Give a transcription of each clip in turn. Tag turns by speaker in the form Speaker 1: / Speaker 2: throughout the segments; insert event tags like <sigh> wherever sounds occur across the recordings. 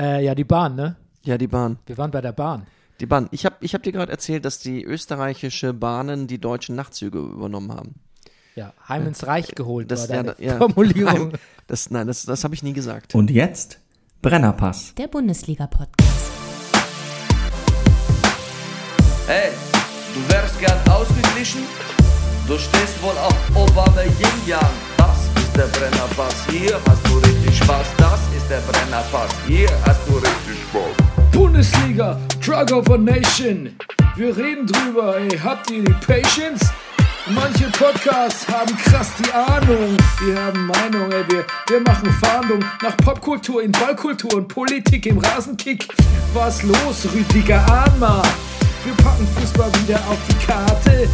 Speaker 1: Äh, ja, die Bahn, ne?
Speaker 2: Ja, die Bahn.
Speaker 1: Wir waren bei der Bahn.
Speaker 2: Die Bahn. Ich habe ich hab dir gerade erzählt, dass die österreichische Bahnen die deutschen Nachtzüge übernommen haben.
Speaker 1: Ja, heim ins Reich geholt
Speaker 2: Äh, Das,
Speaker 1: war
Speaker 2: ja,
Speaker 1: deine
Speaker 2: da- ja.
Speaker 1: Formulierung.
Speaker 2: Nein, das, nein, das, das habe ich nie gesagt.
Speaker 3: Und jetzt Brennerpass.
Speaker 4: Der Bundesliga-Podcast.
Speaker 5: Hey, du wärst gern ausgeglichen? Du stehst wohl auf Obama Yin Yang. Das ist der Brennerpass. Hier hast du richtig Spaß. Das ist der Brennerpass. Hier hast du richtig Spaß.
Speaker 6: Bundesliga, Drug of a Nation. Wir reden drüber, ey, habt ihr die Patience? Manche Podcasts haben krass die Ahnung. Wir haben Meinung, ey, wir, wir machen Fahndung nach Popkultur in Ballkultur und Politik im Rasenkick. Was los, Rüdiger Ahnma? Wir packen Fußball wieder auf die Karte.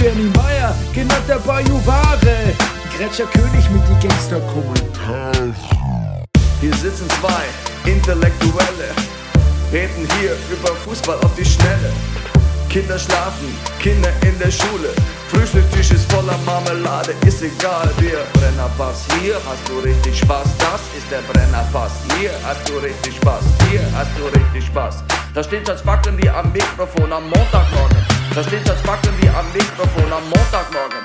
Speaker 6: Bernie Meyer, genannt der Bayou Ware. Gretscher König mit die Gangster
Speaker 5: Hier sitzen zwei Intellektuelle. Reden hier über Fußball auf die Schnelle. Kinder schlafen, Kinder in der Schule. Frühstückstisch ist voller Marmelade, ist egal, wir Brennerpass. Hier hast du richtig Spaß, das ist der Brennerpass. Hier hast du richtig Spaß, hier hast du richtig Spaß. Da steht das Backen wie am Mikrofon am Montagmorgen. Da steht das Backen wie am Mikrofon am Montagmorgen.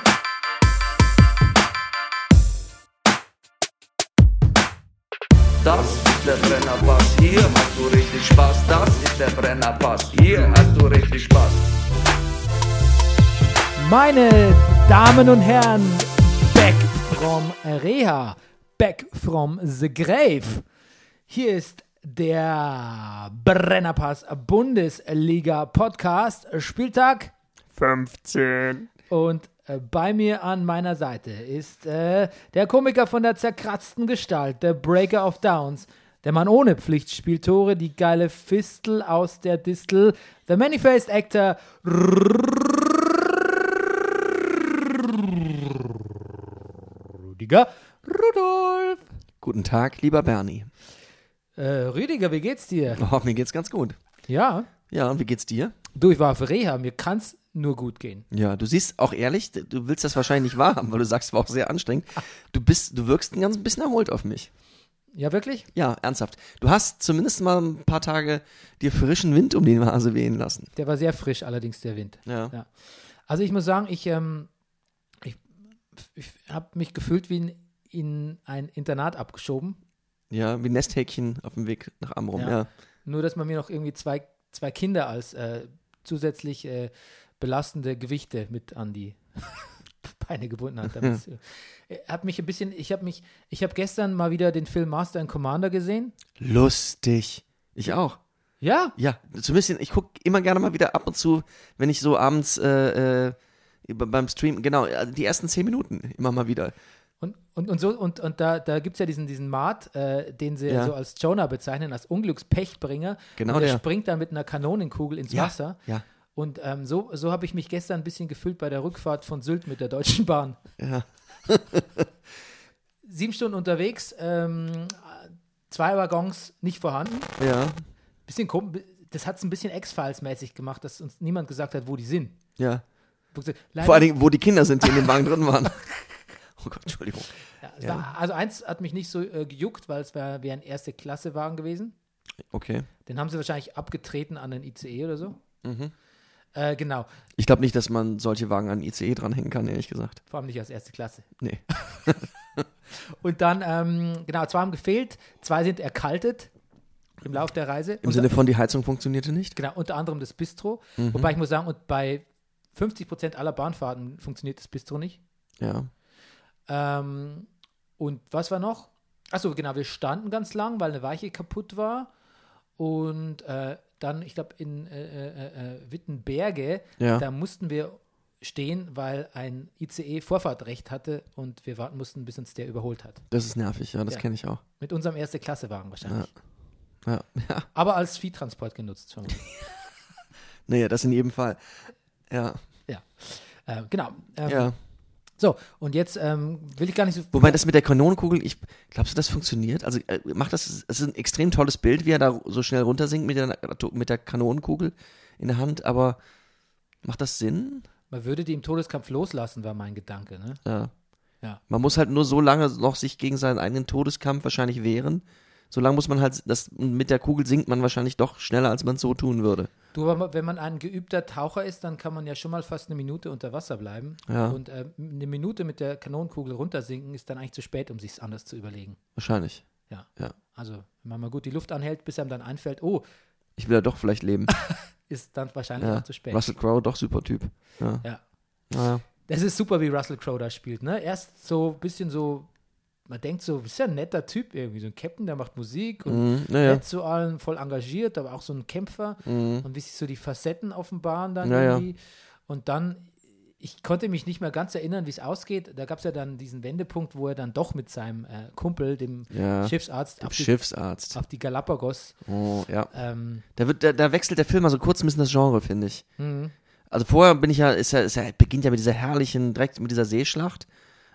Speaker 5: Das ist der Brennerpass, hier hast du richtig Spaß. Das ist der Brennerpass, hier hast du richtig Spaß.
Speaker 1: Meine Damen und Herren, back from Reha, back from the grave. Hier ist der Brennerpass Bundesliga Podcast Spieltag
Speaker 2: 15.
Speaker 1: und äh, bei mir an meiner Seite ist äh, der Komiker von der zerkratzten Gestalt, der Breaker of Downs, der Mann ohne Pflichtspieltore, die geile Fistel aus der Distel, the Manifest Actor Rüdiger Rudolf.
Speaker 2: Guten Tag, lieber Bernie.
Speaker 1: Äh, Rüdiger, wie geht's dir?
Speaker 2: Oh, mir geht's ganz gut.
Speaker 1: Ja,
Speaker 2: Ja, und wie geht's dir?
Speaker 1: du, ich war auf Reha, mir kann's nur gut gehen.
Speaker 2: Ja, du siehst auch ehrlich, du willst das wahrscheinlich nicht wahrhaben, weil du sagst, war auch sehr anstrengend. Du bist, du wirkst ein ganz bisschen erholt auf mich.
Speaker 1: Ja, wirklich?
Speaker 2: Ja, ernsthaft. Du hast zumindest mal ein paar Tage dir frischen Wind um den Hase wehen lassen.
Speaker 1: Der war sehr frisch, allerdings der Wind.
Speaker 2: Ja.
Speaker 1: Ja. Also ich muss sagen, ich, ähm, ich, ich habe mich gefühlt wie in, in ein Internat abgeschoben.
Speaker 2: Ja, wie Nesthäkchen auf dem Weg nach Amrum.
Speaker 1: Ja.
Speaker 2: Ja.
Speaker 1: Nur, dass man mir noch irgendwie zwei, zwei Kinder als äh, zusätzlich äh, belastende Gewichte mit an die <laughs> Beine gebunden hat. <laughs> damit's- Äh, Hat mich ein bisschen, ich habe mich, ich habe gestern mal wieder den Film Master and Commander gesehen.
Speaker 2: Lustig. Ich auch.
Speaker 1: Ja,
Speaker 2: Ja, zumindest ich gucke immer gerne mal wieder ab und zu, wenn ich so abends äh, äh, be- beim Stream, genau, also die ersten zehn Minuten immer mal wieder.
Speaker 1: Und, und, und, so, und, und da, da gibt es ja diesen, diesen Mart, äh, den sie
Speaker 2: Ja.
Speaker 1: so als Jonah bezeichnen, als Unglückspechbringer.
Speaker 2: Genau
Speaker 1: und der,
Speaker 2: der.
Speaker 1: springt dann mit einer Kanonenkugel ins
Speaker 2: Ja,
Speaker 1: Wasser.
Speaker 2: ja.
Speaker 1: Und ähm, so, so habe ich mich gestern ein bisschen gefühlt bei der Rückfahrt von Sylt mit der Deutschen Bahn.
Speaker 2: Ja.
Speaker 1: Sieben Stunden unterwegs, ähm, zwei Waggons nicht vorhanden.
Speaker 2: Ja,
Speaker 1: Bisschen komisch, das hat es ein bisschen X-Files-mäßig gemacht, dass uns niemand gesagt hat, wo die sind.
Speaker 2: ja.
Speaker 1: Wo sie- Leider-
Speaker 2: Vor allen Dingen, wo die Kinder sind, die in dem Wagen drin <laughs> waren. Oh Gott, Entschuldigung.
Speaker 1: Ja, es war, also eins hat mich nicht so äh, gejuckt, weil es wäre wär ein Erste-Klasse-Wagen gewesen.
Speaker 2: Okay.
Speaker 1: Den haben sie wahrscheinlich abgetreten an den ICE oder so.
Speaker 2: Mhm.
Speaker 1: Äh, genau,
Speaker 2: Ich glaube nicht, dass man solche Wagen an ICE dranhängen kann, ehrlich gesagt.
Speaker 1: vor allem nicht als erste Klasse.
Speaker 2: Nee.
Speaker 1: Und dann, ähm, genau, zwei haben gefehlt, zwei sind erkaltet im Lauf der Reise.
Speaker 2: Im
Speaker 1: und,
Speaker 2: Sinne Mhm. von, die Heizung funktionierte nicht?
Speaker 1: Genau, unter anderem das Bistro. Wobei ich muss sagen, und bei 50 Prozent aller Bahnfahrten funktioniert das Bistro nicht.
Speaker 2: Ja.
Speaker 1: Ähm, und was war noch? Achso, genau, wir standen ganz lang, weil eine Weiche kaputt war. Und äh, dann, ich glaube, in äh, äh, äh, Wittenberge,
Speaker 2: Ja.
Speaker 1: da mussten wir stehen, weil ein ICE Vorfahrtrecht hatte und wir warten mussten, bis uns der überholt hat.
Speaker 2: Das ist nervig, ja, das
Speaker 1: Ja.
Speaker 2: kenne ich auch.
Speaker 1: Mit unserem Erste-Klasse-Wagen wahrscheinlich.
Speaker 2: Ja. <laughs> ja.
Speaker 1: Aber als Viehtransport genutzt.
Speaker 2: <laughs>
Speaker 1: vermutlich.
Speaker 2: Naja, das in jedem Fall. Ja,
Speaker 1: ja, äh, genau. Ähm,
Speaker 2: ja.
Speaker 1: So, und jetzt ähm, will ich gar nicht so...
Speaker 2: Wobei das mit der Kanonenkugel, ich glaubst du, das funktioniert? Also äh, macht das, es ist ein extrem tolles Bild, wie er da so schnell runtersinkt mit der, mit der Kanonenkugel in der Hand, aber macht das Sinn?
Speaker 1: Man würde die im Todeskampf loslassen, war mein Gedanke. Ne?
Speaker 2: Ja.
Speaker 1: Ja.
Speaker 2: Man muss halt nur so lange noch sich gegen seinen eigenen Todeskampf wahrscheinlich wehren, solange muss man halt, das, mit der Kugel sinkt man wahrscheinlich doch schneller, als man es so tun würde.
Speaker 1: Du, aber wenn man ein geübter Taucher ist, dann kann man ja schon mal fast eine Minute unter Wasser bleiben.
Speaker 2: Ja.
Speaker 1: Und äh, eine Minute mit der Kanonenkugel runtersinken ist dann eigentlich zu spät, um sich anders zu überlegen.
Speaker 2: Wahrscheinlich.
Speaker 1: Ja.
Speaker 2: Ja.
Speaker 1: Also, wenn man mal gut die Luft anhält, bis einem dann einfällt, oh,
Speaker 2: Ich will ja doch
Speaker 1: <laughs>
Speaker 2: vielleicht leben.
Speaker 1: ist dann wahrscheinlich
Speaker 2: ja.
Speaker 1: auch zu spät.
Speaker 2: Russell Crowe, doch super Typ. Ja.
Speaker 1: Ja.
Speaker 2: Naja.
Speaker 1: Das ist super, wie Russell Crowe da spielt, ne? Erst so ein bisschen so, man denkt so, ist ja ein netter Typ irgendwie, so ein Captain, der macht Musik und
Speaker 2: Mhm, naja.
Speaker 1: nett zu allen, voll engagiert, aber auch so ein Kämpfer
Speaker 2: Mhm.
Speaker 1: und wie sich so die Facetten offenbaren dann
Speaker 2: Ja, ja.
Speaker 1: irgendwie. Und dann, ich konnte mich nicht mehr ganz erinnern, wie es ausgeht. Da gab es ja dann diesen Wendepunkt, wo er dann doch mit seinem äh, Kumpel, dem
Speaker 2: Ja.
Speaker 1: Schiffsarzt,
Speaker 2: Dem
Speaker 1: auf, die,
Speaker 2: Schiffsarzt.
Speaker 1: auf die Galapagos,
Speaker 2: Oh, ja.
Speaker 1: ähm,
Speaker 2: Da, wird, da, da wechselt der Film mal so kurz ein bisschen das Genre, finde ich.
Speaker 1: mhm.
Speaker 2: Also vorher bin ich ja, ist ja, ist ja, beginnt ja mit dieser herrlichen, direkt mit dieser Seeschlacht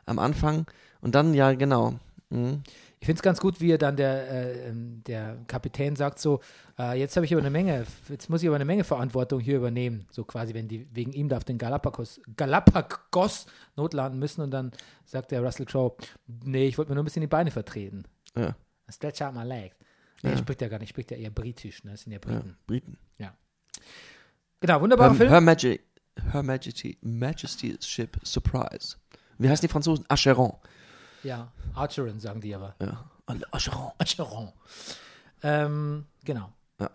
Speaker 2: am Anfang. Und dann, ja, genau. Mhm.
Speaker 1: Ich finde es ganz gut, wie er dann der, äh, ähm, der Kapitän sagt so, äh, jetzt habe ich aber eine Menge, jetzt muss ich aber eine Menge Verantwortung hier übernehmen. So quasi, wenn die wegen ihm da auf den Galapagos, Galapagos notlanden müssen und dann sagt der Russell Crowe, nee, ich wollte mir nur ein bisschen die Beine vertreten.
Speaker 2: Ja.
Speaker 1: Stretch out my leg. Nee,
Speaker 2: Ja.
Speaker 1: spricht ja gar nicht, spricht ja eher britisch, ne? Das sind ja
Speaker 2: ja. Ähm,
Speaker 1: Briten.
Speaker 2: Briten.
Speaker 1: Genau, wunderbarer
Speaker 2: Her,
Speaker 1: Film.
Speaker 2: Her, Magi Her Majesty, Majesty's Ship Surprise. Wie heißen die Franzosen? Acheron.
Speaker 1: Ja, Archeron sagen die aber.
Speaker 2: Ja. Acheron.
Speaker 1: Archeron. Ähm, genau.
Speaker 2: Ja.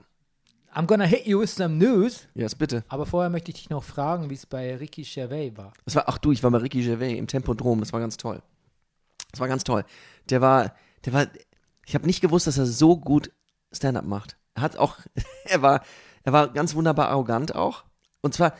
Speaker 1: I'm gonna hit you with some news.
Speaker 2: Yes, bitte.
Speaker 1: Aber vorher möchte ich dich noch fragen, wie es bei Ricky Gervais war.
Speaker 2: Das war, ach du, ich war bei Ricky Gervais im Tempodrom, das war ganz toll. Das war ganz toll. Der war, der war, ich habe nicht gewusst, dass er so gut Stand-up macht. Er hat auch, <laughs> er war, er war ganz wunderbar arrogant auch. Und zwar,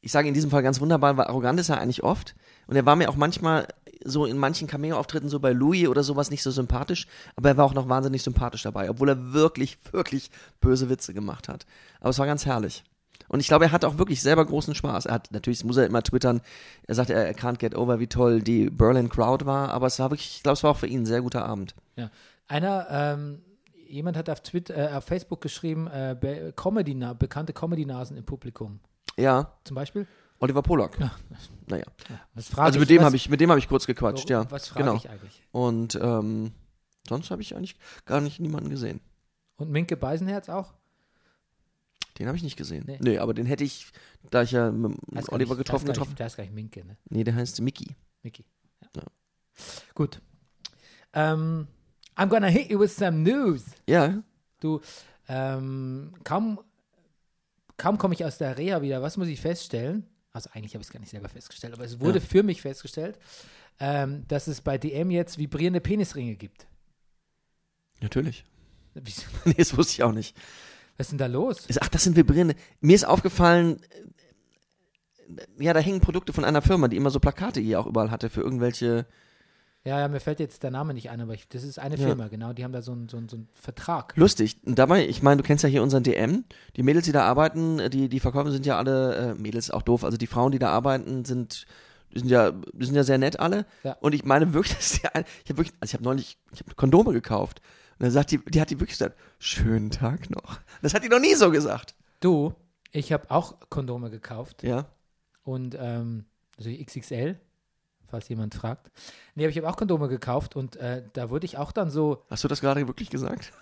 Speaker 2: ich sage in diesem Fall ganz wunderbar, weil arrogant ist er eigentlich oft. Und er war mir auch manchmal so in manchen Cameo-Auftritten, so bei Louis oder sowas, nicht so sympathisch. Aber er war auch noch wahnsinnig sympathisch dabei, obwohl er wirklich, wirklich böse Witze gemacht hat. Aber es war ganz herrlich. Und ich glaube, er hat auch wirklich selber großen Spaß. Er hat, natürlich muss er immer twittern, er sagt, er er can't get over, wie toll die Berlin Crowd war, aber es war wirklich, ich glaube, es war auch für ihn ein sehr guter Abend.
Speaker 1: Ja. Einer, ähm, jemand hat auf Twitter, äh, auf Facebook geschrieben, äh, be Comedy bekannte Comedy-Nasen im Publikum.
Speaker 2: Ja,
Speaker 1: Zum Beispiel?
Speaker 2: Oliver Pollack. Naja.
Speaker 1: Was frage
Speaker 2: Also mit dem habe ich, mit dem habe ich kurz gequatscht, ja.
Speaker 1: Was frage
Speaker 2: genau.
Speaker 1: ich eigentlich?
Speaker 2: Und ähm, sonst habe ich eigentlich gar nicht niemanden gesehen.
Speaker 1: Und Minke Beisenherz auch?
Speaker 2: Hm, Den habe ich nicht gesehen.
Speaker 1: Nee.
Speaker 2: Nee. aber den hätte ich, da ich ja mit
Speaker 1: Heißt gar
Speaker 2: Oliver
Speaker 1: nicht-
Speaker 2: getroffen,
Speaker 1: heißt gar
Speaker 2: getroffen.
Speaker 1: Nicht, heißt gar nicht Minke, ne?
Speaker 2: Nee, der heißt Mickey.
Speaker 1: Mickey. Ja.
Speaker 2: Ja.
Speaker 1: Gut. Ähm, I'm gonna hit you with some news.
Speaker 2: Ja,
Speaker 1: Du, ähm, kaum, kaum komme ich aus der Reha wieder, was muss ich feststellen? Also eigentlich habe ich es gar nicht selber festgestellt, aber es wurde
Speaker 2: Ja.
Speaker 1: für mich festgestellt, ähm, dass es bei DM jetzt vibrierende Penisringe gibt.
Speaker 2: natürlich.
Speaker 1: Wieso-
Speaker 2: <laughs> nee, das wusste ich auch nicht.
Speaker 1: <laughs> Was ist denn da los?
Speaker 2: Ach, das sind vibrierende. Mir ist aufgefallen, äh, ja, da hängen Produkte von einer Firma, die immer so Plakate hier auch überall hatte für irgendwelche.
Speaker 1: Ja, ja, mir fällt jetzt der Name nicht ein, aber ich, das ist eine
Speaker 2: Ja.
Speaker 1: Firma, genau, die haben da so einen so einen- so einen Vertrag.
Speaker 2: Lustig. Und dabei, ich meine, du kennst ja hier unseren DM. Die Mädels, die da arbeiten, äh, die, die Verkäufer sind ja alle, äh, Mädels auch doof, also die Frauen, die da arbeiten, sind, die sind ja, die sind ja sehr nett alle.
Speaker 1: Ja.
Speaker 2: Und ich meine wirklich, <laughs> dass die, ein- ich habe wirklich, also ich habe neulich, ich habe Kondome gekauft. Und dann sagt die, die hat die wirklich gesagt, schönen Tag noch. Das hat die noch nie so gesagt.
Speaker 1: Du, ich habe auch Kondome gekauft.
Speaker 2: Ja.
Speaker 1: und ähm, also XXL, falls jemand fragt. Nee, aber ich habe auch Kondome gekauft und äh, da wurde ich auch dann so,
Speaker 2: Hast du das gerade wirklich gesagt?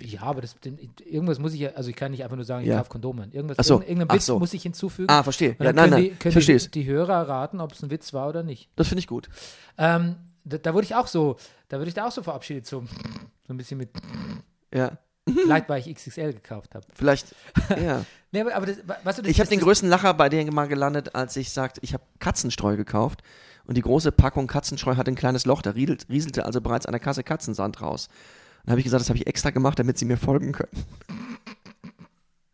Speaker 1: ja, aber das, den, irgendwas muss ich ja, also ich kann nicht einfach nur sagen, ich
Speaker 2: Ja.
Speaker 1: kaufe Kondome. Irgendwas,
Speaker 2: Ach so,
Speaker 1: irgendein- irgendeinen
Speaker 2: ach
Speaker 1: Witz
Speaker 2: so.
Speaker 1: muss ich hinzufügen.
Speaker 2: Ah, verstehe.
Speaker 1: Und
Speaker 2: Ja,
Speaker 1: dann
Speaker 2: nein,
Speaker 1: können
Speaker 2: nein.
Speaker 1: die,
Speaker 2: ich
Speaker 1: können
Speaker 2: verstehe es.
Speaker 1: die, die Hörer raten, ob es ein Witz war oder nicht.
Speaker 2: Das finde ich gut.
Speaker 1: Ähm, da, da wurde ich auch so, da wurde ich da auch so verabschiedet, so, so ein
Speaker 2: <laughs>
Speaker 1: bisschen mit,
Speaker 2: Ja.
Speaker 1: vielleicht weil ich XXL gekauft habe.
Speaker 2: Vielleicht.
Speaker 1: <laughs>
Speaker 2: Ja.
Speaker 1: Nee, aber, aber das, weißt du, das,
Speaker 2: Ich habe
Speaker 1: das-
Speaker 2: den
Speaker 1: das-
Speaker 2: größten Lacher bei denen mal gelandet, als ich sagte, ich habe Katzenstreu gekauft und die große Packung Katzenstreu hatte ein kleines Loch, da riedelt, rieselte also bereits an der Kasse Katzensand raus. Dann habe ich gesagt, das habe ich extra gemacht, damit sie mir folgen können. <laughs>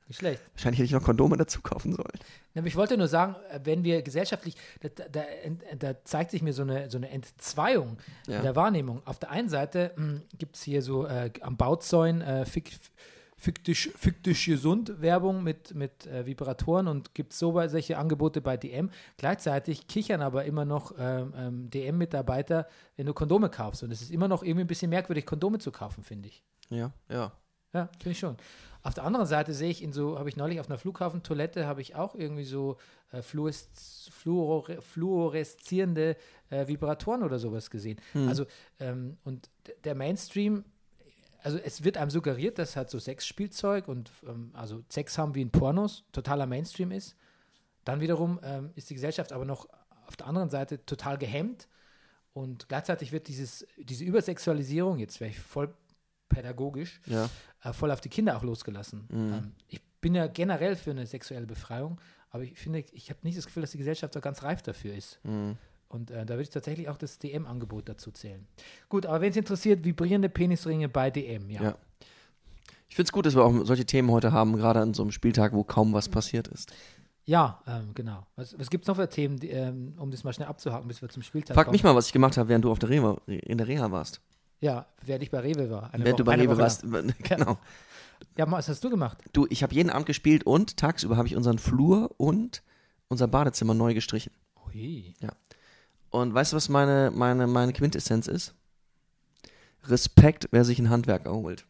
Speaker 1: Nicht schlecht.
Speaker 2: Wahrscheinlich hätte ich noch Kondome dazu kaufen sollen.
Speaker 1: Na, aber Ich wollte nur sagen, äh, wenn wir gesellschaftlich, da, da- da, ent- da zeigt sich mir so eine, so eine Entzweiung
Speaker 2: Ja.
Speaker 1: in der Wahrnehmung. Auf der einen Seite gibt es hier so äh, am Bauzäun äh, fik, fiktisch, fiktisch gesund Werbung mit, mit äh, Vibratoren und gibt so bei- solche Angebote bei DM. Gleichzeitig kichern aber immer noch ähm, ähm, DM-Mitarbeiter, wenn du Kondome kaufst. Und es ist immer noch irgendwie ein bisschen merkwürdig, Kondome zu kaufen, finde ich.
Speaker 2: Ja, ja.
Speaker 1: Ja, finde ich schon. Auf der anderen Seite sehe ich in so, habe ich neulich auf einer Flughafentoilette, habe ich auch irgendwie so äh, fluores, fluore, fluoreszierende äh, Vibratoren oder sowas gesehen. Also, ähm, und d- der Mainstream also es wird einem suggeriert, dass halt so Sexspielzeug und ähm, also Sex haben wie in Pornos totaler Mainstream ist. Dann wiederum ähm, ist die Gesellschaft aber noch auf der anderen Seite total gehemmt und gleichzeitig wird dieses, diese Übersexualisierung, jetzt wäre ich voll pädagogisch,
Speaker 2: Ja.
Speaker 1: äh, voll auf die Kinder auch losgelassen.
Speaker 2: Mhm.
Speaker 1: Ähm, ich bin ja generell für eine sexuelle Befreiung, aber ich finde, ich habe nicht das Gefühl, dass die Gesellschaft da ganz reif dafür ist.
Speaker 2: Mhm.
Speaker 1: Und äh, da würde ich tatsächlich auch das DM-Angebot dazu zählen. Gut, aber wenn es interessiert, vibrierende Penisringe bei DM, ja.
Speaker 2: Ja. Ich finde es gut, dass wir auch solche Themen heute haben, gerade an so einem Spieltag, wo kaum was passiert ist.
Speaker 1: Ja, ähm, genau. Was, was gibt es noch für Themen, die, ähm, um das mal schnell abzuhaken, bis wir zum Spieltag
Speaker 2: Frag mich mal, was ich gemacht habe, während du auf der Reha, in der Reha warst.
Speaker 1: Ja, während ich bei Rewe war. Eine
Speaker 2: während du bei
Speaker 1: eine
Speaker 2: Rewe
Speaker 1: Woche
Speaker 2: warst. <laughs>
Speaker 1: lang.
Speaker 2: Genau.
Speaker 1: Ja, Ma, was hast du gemacht?
Speaker 2: Du, ich habe jeden Abend gespielt und tagsüber habe ich unseren Flur und unser Badezimmer neu gestrichen.
Speaker 1: Ui.
Speaker 2: Und weißt du, was meine, meine, meine Quintessenz ist? Respekt, wer sich ein Handwerk erholt.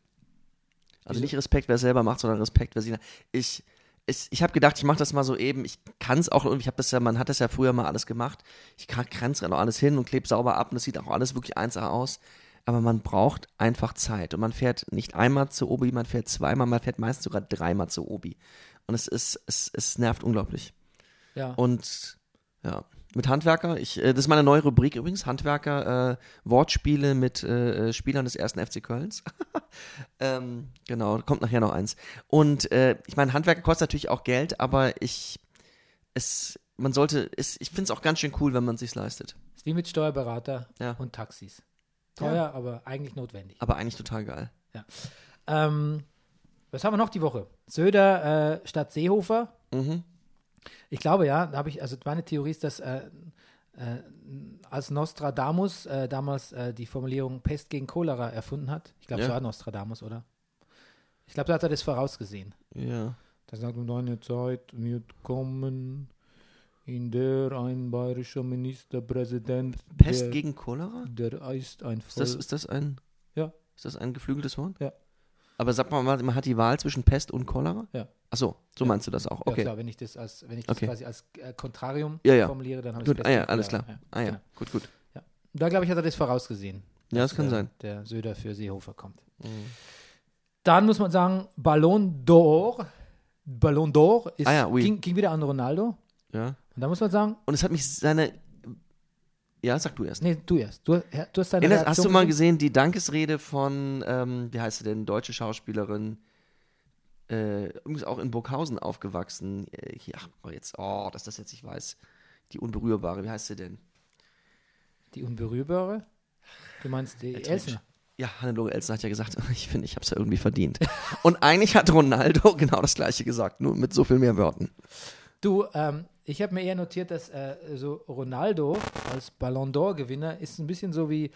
Speaker 2: Also
Speaker 1: Wieso?
Speaker 2: nicht Respekt, wer es selber macht, sondern Respekt, wer sich. Ich, ich, ich habe gedacht, ich mache das mal so eben. Ich kann es auch irgendwie. Ich habe das ja, man hat das ja früher mal alles gemacht. Ich kränze dann auch alles hin und klebe sauber ab und es sieht auch alles wirklich 1A aus. Aber man braucht einfach Zeit. Und man fährt nicht einmal zu Obi, man fährt zweimal, man fährt meistens sogar dreimal zu Obi. Und es ist, es, es nervt unglaublich.
Speaker 1: Ja.
Speaker 2: Und ja, mit Handwerker, ich, äh, das ist meine neue Rubrik übrigens, Handwerker, äh, Wortspiele mit äh, äh, Spielern des ersten FC Kölns. <laughs> ähm, genau, kommt nachher noch eins. Und äh, ich meine, Handwerker kostet natürlich auch Geld, aber ich, es, man sollte, es, ich finde es auch ganz schön cool, wenn man es sich leistet.
Speaker 1: Ist wie mit Steuerberater
Speaker 2: Ja.
Speaker 1: und Taxis. Teuer, aber eigentlich notwendig.
Speaker 2: Aber eigentlich total geil.
Speaker 1: Ähm, was haben wir noch die Woche? Söder äh, statt Seehofer.
Speaker 2: Mhm.
Speaker 1: Ich glaube ja, da habe ich, also meine Theorie ist, dass äh, äh, als Nostradamus äh, damals äh, die Formulierung Pest gegen Cholera erfunden hat. Ich glaube,
Speaker 2: Ja.
Speaker 1: so war Nostradamus, oder? Ich glaube, da hat er das vorausgesehen.
Speaker 2: Ja.
Speaker 1: Da sagt um eine Zeit wird kommen, in der ein bayerischer Ministerpräsident
Speaker 2: Pest
Speaker 1: der,
Speaker 2: gegen Cholera?
Speaker 1: der ist ein
Speaker 2: Ist das, ist das ein,
Speaker 1: Ja.
Speaker 2: ist das ein geflügeltes Wort?
Speaker 1: Ja.
Speaker 2: Aber sag mal, man hat die Wahl zwischen Pest und Cholera?
Speaker 1: Ja.
Speaker 2: Ach so, so meinst du das auch.
Speaker 1: Ja,
Speaker 2: Okay.
Speaker 1: klar, wenn ich das, als, wenn ich das
Speaker 2: Okay.
Speaker 1: quasi als äh, Kontrarium
Speaker 2: Ja, ja.
Speaker 1: formuliere, dann habe ich
Speaker 2: Gut,
Speaker 1: das
Speaker 2: ah ja,
Speaker 1: Beste.
Speaker 2: alles klar.
Speaker 1: Also Ja,
Speaker 2: Ah ja,
Speaker 1: genau.
Speaker 2: gut, gut.
Speaker 1: Da glaube ich, hat er das vorausgesehen.
Speaker 2: Ja, das kann
Speaker 1: der,
Speaker 2: sein. Mhm.
Speaker 1: Der Söder für Seehofer kommt. Dann muss man sagen, Ballon d'Or. Ballon d'Or ist,
Speaker 2: Ah ja, oui.
Speaker 1: ging, ging wieder an Ronaldo.
Speaker 2: Ja.
Speaker 1: Und da muss man sagen,
Speaker 2: Und es hat mich seine. Ja, sag du erst.
Speaker 1: nee, du erst. Du, du hast deine
Speaker 2: Erinnerst, hast du
Speaker 1: Reaktion
Speaker 2: mal gesehen die Dankesrede von, ähm, wie heißt sie denn, deutsche Schauspielerin, äh, übrigens auch in Burghausen aufgewachsen. Äh, hier, ach, oh, jetzt, oh, dass das jetzt ich weiß. Die Unberührbare, wie heißt sie denn?
Speaker 1: Die Unberührbare? Du meinst die Elsner?
Speaker 2: Ja, Hannelore Elsen hat ja gesagt, <laughs> ich finde, ich habe es ja
Speaker 1: <laughs>
Speaker 2: irgendwie verdient. Und eigentlich hat Ronaldo <laughs> genau das gleiche gesagt, nur mit so viel mehr Wörtern.
Speaker 1: Du, ähm, ich habe mir eher notiert, dass äh, so Ronaldo als Ballon d'Or-Gewinner ist ein bisschen so wie,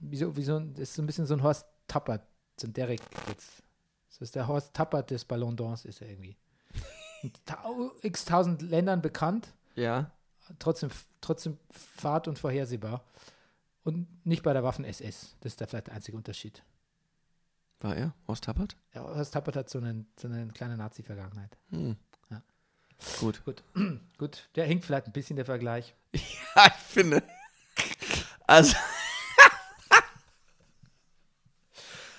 Speaker 1: wie, so, wie so, ein- ist so ein bisschen so ein Horst Tappert, so ein Derek jetzt. Das ist der Horst Tappert des Ballon d'Ors, ist er irgendwie. In tau- x tausend Ländern bekannt,
Speaker 2: Ja.
Speaker 1: trotzdem, trotzdem fad und vorhersehbar. Und nicht bei der Waffen-SS. Das ist da vielleicht der einzige Unterschied.
Speaker 2: War er?
Speaker 1: <laughs>
Speaker 2: Horst Tappert?
Speaker 1: Ja, Horst Tappert hat so, einen, so eine kleine Nazi-Vergangenheit.
Speaker 2: Hm.
Speaker 1: Ja.
Speaker 2: Gut.
Speaker 1: Gut. <clears throat> Gut, der hinkt vielleicht ein bisschen der Vergleich.
Speaker 2: Ja, ich
Speaker 1: <laughs>
Speaker 2: finde. Also,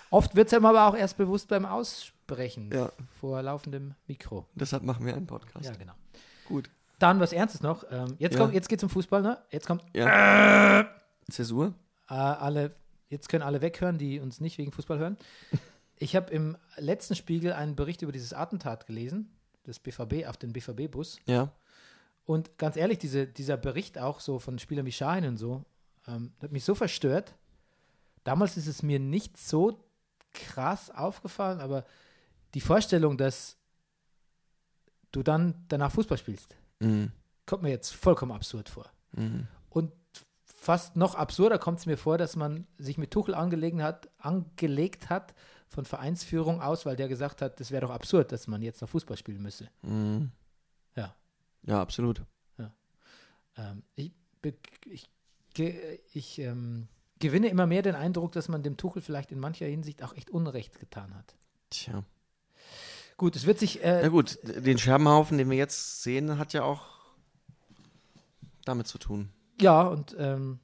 Speaker 1: Oft wird es einem aber auch erst bewusst beim Aussprechen
Speaker 2: Ja.
Speaker 1: vor laufendem Mikro.
Speaker 2: deshalb machen wir einen Podcast.
Speaker 1: Ja, genau.
Speaker 2: Gut.
Speaker 1: Dann was Ernstes noch. Ähm, jetzt
Speaker 2: Ja.
Speaker 1: kommt, jetzt geht's um Fußball, ne? Jetzt kommt
Speaker 2: Ja. Zäsur?
Speaker 1: äh, alle, jetzt können alle weghören, die uns nicht wegen Fußball
Speaker 2: <laughs>
Speaker 1: hören. Ich habe im letzten Spiegel einen Bericht über dieses Attentat gelesen, des BVB auf den BVB-Bus.
Speaker 2: Ja.
Speaker 1: Und ganz ehrlich, diese, dieser Bericht auch so von Spielern wie Schahin und so, ähm, hat mich so verstört. Damals ist es mir nicht so krass aufgefallen, aber die Vorstellung, dass du dann danach Fußball spielst,
Speaker 2: Mhm.
Speaker 1: kommt mir jetzt vollkommen absurd vor.
Speaker 2: Mhm.
Speaker 1: Und fast noch absurder kommt es mir vor, dass man sich mit Tuchel angelegen hat, angelegt hat von Vereinsführung aus, weil der gesagt hat, das wäre doch absurd, dass man jetzt noch Fußball spielen müsse.
Speaker 2: Mhm.
Speaker 1: Ja.
Speaker 2: Ja, absolut.
Speaker 1: Ähm, ich be- ich, ge- ich ähm, gewinne immer mehr den Eindruck, dass man dem Tuchel vielleicht in mancher Hinsicht auch echt Unrecht getan hat.
Speaker 2: Tja.
Speaker 1: Gut, es wird sich. Äh,
Speaker 2: Na gut, den Scherbenhaufen, den wir jetzt sehen, hat ja auch damit zu tun.
Speaker 1: ja, und ähm,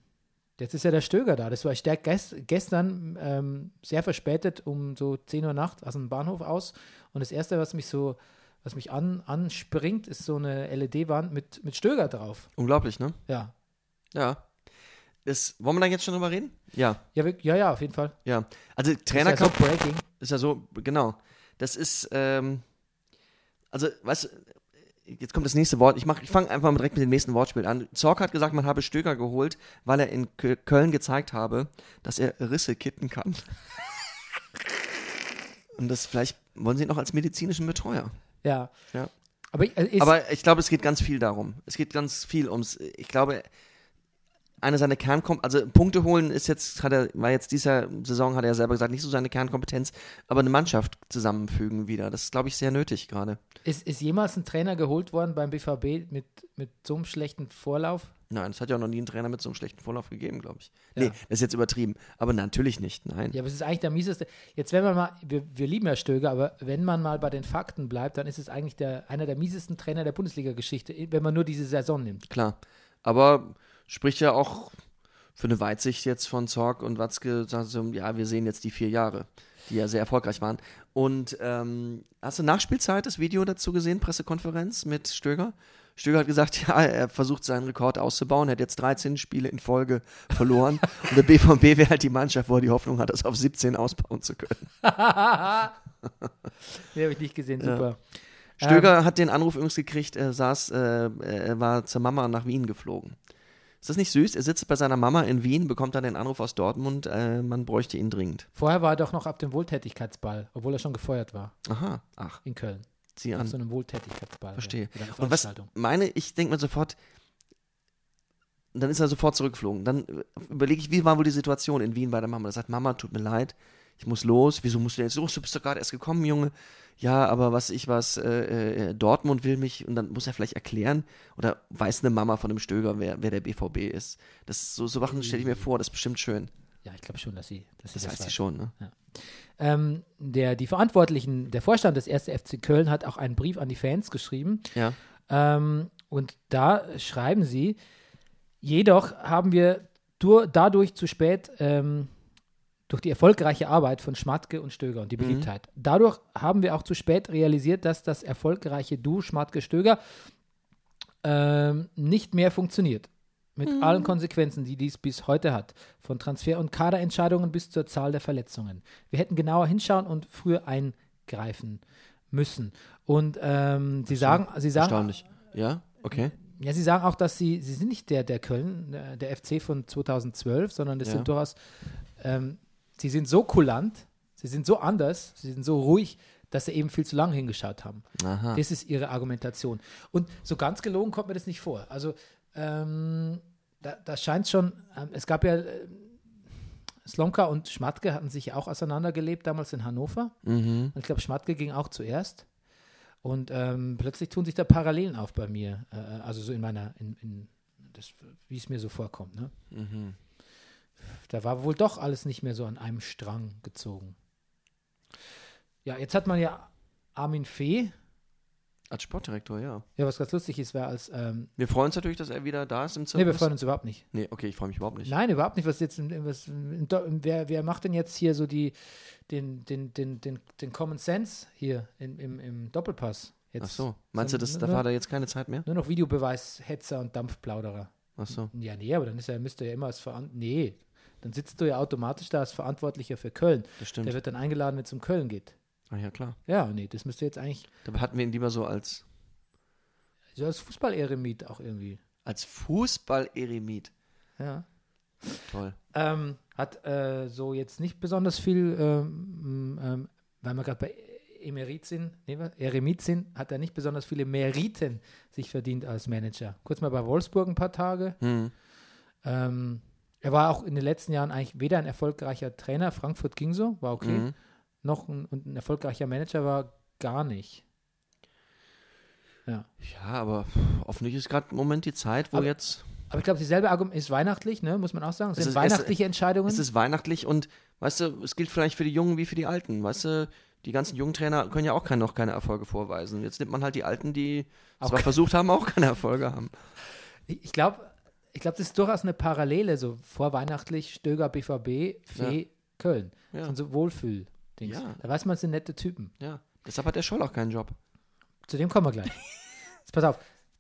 Speaker 1: Jetzt ist ja der Stöger da. Das war ich der gest, gestern ähm, sehr verspätet um so 10 Uhr Nacht aus dem Bahnhof aus. Und das Erste, was mich so, was mich an, anspringt, ist so eine LED-Wand mit, mit Stöger drauf.
Speaker 2: Unglaublich, ne?
Speaker 1: Ja.
Speaker 2: Ja. Das, wollen wir da jetzt schon drüber reden? Ja,
Speaker 1: Ja, wir- ja, ja auf jeden Fall.
Speaker 2: ja.
Speaker 1: Das ist
Speaker 2: Also
Speaker 1: ja so
Speaker 2: Trainerkampf
Speaker 1: breaking.
Speaker 2: ist ja so, genau. Das ist, ähm, also, weißt du, jetzt kommt das nächste Wort. Ich, mach- ich fange einfach mal direkt mit dem nächsten Wortspiel an. Zorc hat gesagt, man habe Stöger geholt, weil er in Kö- Köln gezeigt habe, dass er Risse kitten kann. <laughs> Und das vielleicht wollen sie ihn noch als medizinischen Betreuer.
Speaker 1: Ja.
Speaker 2: Ja.
Speaker 1: Aber, ich- also ist,
Speaker 2: Aber ich glaube, es geht ganz viel darum. Es geht ganz viel ums. Ich glaube, eine seiner Kernkom also Punkte holen ist jetzt, hat er, war jetzt dieser Saison, hat er selber gesagt, nicht so seine Kernkompetenz, aber eine Mannschaft zusammenfügen wieder. Das ist, glaube ich, sehr nötig gerade.
Speaker 1: ist, ist jemals ein Trainer geholt worden beim BVB mit, mit so einem schlechten Vorlauf?
Speaker 2: Nein, das hat ja auch noch nie einen Trainer mit so einem schlechten Vorlauf gegeben, glaube ich.
Speaker 1: Ja.
Speaker 2: Nee, das ist jetzt übertrieben. Aber natürlich nicht, nein.
Speaker 1: Ja, aber es ist eigentlich der mieseste. Jetzt, wenn man mal, wir, wir lieben ja Stöger, aber wenn man mal bei den Fakten bleibt, dann ist es eigentlich der, einer der miesesten Trainer der Bundesliga-Geschichte, wenn man nur diese Saison
Speaker 2: <laughs>
Speaker 1: nimmt.
Speaker 2: Klar. Aber spricht ja auch für eine Weitsicht jetzt von Zorg und Watzke, sagen sie, ja, wir sehen jetzt die vier Jahre, die ja sehr erfolgreich waren. Und ähm, hast du Nachspielzeit das Video dazu gesehen, Pressekonferenz mit Stöger? Stöger hat gesagt, <laughs> ja, er versucht seinen Rekord auszubauen, hat jetzt 13 Spiele in Folge verloren. und der BVB wäre halt die Mannschaft, wo er die Hoffnung hat, das auf 17 ausbauen zu können.
Speaker 1: Nee, habe ich nicht gesehen, super.
Speaker 2: Stöger hat den Anruf übrigens gekriegt, er saß, äh, er war zur Mama nach Wien geflogen. Ist das nicht süß? Er sitzt bei seiner Mama in Wien, bekommt dann den Anruf aus Dortmund, äh, man bräuchte ihn dringend.
Speaker 1: Vorher war er doch noch ab dem Wohltätigkeitsball, obwohl er schon gefeuert war
Speaker 2: Aha, ach,
Speaker 1: in Köln.
Speaker 2: zieh
Speaker 1: Auf
Speaker 2: an.
Speaker 1: so einem Wohltätigkeitsball.
Speaker 2: Verstehe.
Speaker 1: Oder, oder
Speaker 2: Und was meine, ich denke mir sofort, und dann ist er sofort zurückgeflogen. Dann äh, überlege ich, wie war wohl die Situation in Wien bei der Mama? Er sagt, Mama, tut mir leid, ich muss los. Wieso musst du jetzt los? Du bist doch gerade erst gekommen, Junge. Ja, aber was ich was, äh, äh, Dortmund will mich und dann muss er vielleicht erklären oder weiß eine Mama von dem Stöger, wer, wer der BVB ist. Das so, so Sachen stelle ich mir vor, das ist bestimmt schön.
Speaker 1: Ja, ich glaube schon, dass sie, dass sie
Speaker 2: Das, weiß
Speaker 1: weiß.
Speaker 2: sie schon, ne?
Speaker 1: Ähm, der, die Verantwortlichen, der Vorstand des 1. FC Köln hat auch einen Brief an die Fans geschrieben.
Speaker 2: Ja.
Speaker 1: Ähm, und da schreiben sie, jedoch haben wir dur- dadurch zu spät ähm, durch die erfolgreiche Arbeit von Schmatke und Stöger und die Beliebtheit. Dadurch haben wir auch zu spät realisiert, dass das erfolgreiche Du Schmatke-Stöger ähm, nicht mehr funktioniert. Mit allen Konsequenzen, die dies bis heute hat. Von Transfer- und Kaderentscheidungen bis zur Zahl der Verletzungen. Wir hätten genauer hinschauen und früher eingreifen müssen. Und ähm, sie sagen, sie sagen,
Speaker 2: Erstaunlich. Ja? Okay.
Speaker 1: ja, sie sagen auch, dass sie, sie sind nicht der, der Köln, äh, der FC von 2012, sondern das
Speaker 2: Ja.
Speaker 1: sind durchaus, ähm, sie sind so kulant, sie sind so anders, sie sind so ruhig, dass sie eben viel zu lange hingeschaut haben.
Speaker 2: Aha.
Speaker 1: Das ist ihre Argumentation. Und so ganz gelogen kommt mir das nicht vor. Also, ähm, da, da scheint schon, ähm, es gab ja, äh, Slomka und Schmatke hatten sich ja auch auseinandergelebt damals in Hannover.
Speaker 2: Mhm.
Speaker 1: Und ich glaube, Schmatke ging auch zuerst. Und ähm, plötzlich tun sich da Parallelen auf bei mir. Äh, also so in meiner, in, in das, wie es mir so vorkommt. Ne?
Speaker 2: Mhm.
Speaker 1: Da war wohl doch alles nicht mehr so an einem Strang gezogen. Ja, jetzt hat man ja Armin Fee.
Speaker 2: Als Sportdirektor, ja.
Speaker 1: Ja, was ganz lustig ist, war als. Ähm,
Speaker 2: Wir freuen uns natürlich, dass er wieder da ist im
Speaker 1: nee, wir
Speaker 2: Zirkus.
Speaker 1: freuen uns überhaupt nicht.
Speaker 2: nee okay, ich freue mich überhaupt nicht.
Speaker 1: Nein, überhaupt nicht. Was jetzt, was, wer, wer macht denn jetzt hier so die, den, den, den, den, den Common Sense hier im, im, im Doppelpass? Jetzt,
Speaker 2: Ach so, meinst du, das,
Speaker 1: sondern
Speaker 2: da
Speaker 1: nur-
Speaker 2: war da jetzt keine Zeit mehr?
Speaker 1: Nur noch Videobeweis, Hetzer und Dampfplauderer.
Speaker 2: Ach so.
Speaker 1: Ja, nee, aber dann ist er, müsste er ja immer als Verantwortlicher. Nee, dann sitzt du ja automatisch da als Verantwortlicher für Köln.
Speaker 2: Das
Speaker 1: Der
Speaker 2: stimmt.
Speaker 1: wird dann eingeladen, wenn es um Köln geht.
Speaker 2: Ah ja, klar.
Speaker 1: Ja, nee, das müsste jetzt eigentlich
Speaker 2: Da hatten wir ihn lieber so als,
Speaker 1: so als Fußball-Eremit auch irgendwie.
Speaker 2: als Fußball-Eremit.
Speaker 1: Ja.
Speaker 2: Toll.
Speaker 1: Ähm, hat äh, so jetzt nicht besonders viel, ähm, ähm, weil wir gerade bei Emerit sind, nee, was? Eremit sind, hat er nicht besonders viele Meriten sich verdient als Manager. Kurz mal bei Wolfsburg ein paar Tage.
Speaker 2: Hm.
Speaker 1: Ähm, er war auch in den letzten Jahren eigentlich weder ein erfolgreicher Trainer, Frankfurt ging so, war okay,
Speaker 2: Mhm.
Speaker 1: noch ein, und ein erfolgreicher Manager war gar nicht.
Speaker 2: Ja, aber pff, offensichtlich ist gerade im Moment die Zeit, wo
Speaker 1: Aber-
Speaker 2: jetzt.
Speaker 1: Aber ich glaube, dieselbe Argument ist weihnachtlich, ne? muss man auch sagen.
Speaker 2: Es
Speaker 1: Sind
Speaker 2: ist- es-
Speaker 1: weihnachtliche Entscheidungen.
Speaker 2: Es ist weihnachtlich und, weißt du, es gilt vielleicht für die Jungen wie für die Alten. Weißt du, die ganzen jungen Trainer können ja auch kein, noch keine Erfolge vorweisen. Jetzt nimmt man halt die Alten, die
Speaker 1: Auch
Speaker 2: zwar
Speaker 1: ke-
Speaker 2: versucht haben, auch keine Erfolge haben.
Speaker 1: ich ich glaube, ich glaube, das ist durchaus eine Parallele, so vorweihnachtlich Stöger BVB, Fee, Köln.
Speaker 2: Ja.
Speaker 1: Und so Wohlfühl-Dings.
Speaker 2: Ja.
Speaker 1: Da weiß man, es sind nette Typen.
Speaker 2: Ja. Deshalb hat der Scholl auch keinen Job.
Speaker 1: Zu dem kommen wir gleich.
Speaker 2: <laughs>
Speaker 1: Jetzt pass auf.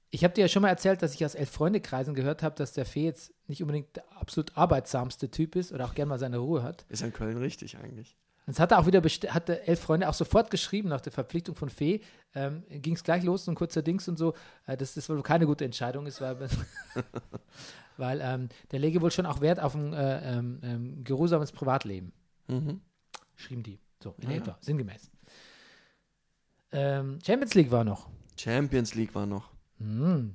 Speaker 1: Ich habe dir ja schon mal erzählt, dass ich aus Elf-Freunde-Kreisen gehört habe, dass der Fee jetzt nicht unbedingt der absolut arbeitsamste Typ ist oder auch gerne mal seine Ruhe hat.
Speaker 2: Ist ja in Köln richtig eigentlich.
Speaker 1: Jetzt hat er auch wieder best- hat der elf Freunde auch sofort geschrieben nach der Verpflichtung von Fee. Ähm, Ging es gleich los, so ein kurzer Dings und so, äh, dass das wohl keine gute Entscheidung ist, weil, <laughs> weil ähm, der lege wohl schon auch Wert auf ein äh, ähm, ähm, geruhsames Privatleben.
Speaker 2: Mhm.
Speaker 1: Schrieben die. So, in etwa, sinngemäß. Ähm, Champions League war noch.
Speaker 2: Champions League war noch.
Speaker 1: Hm,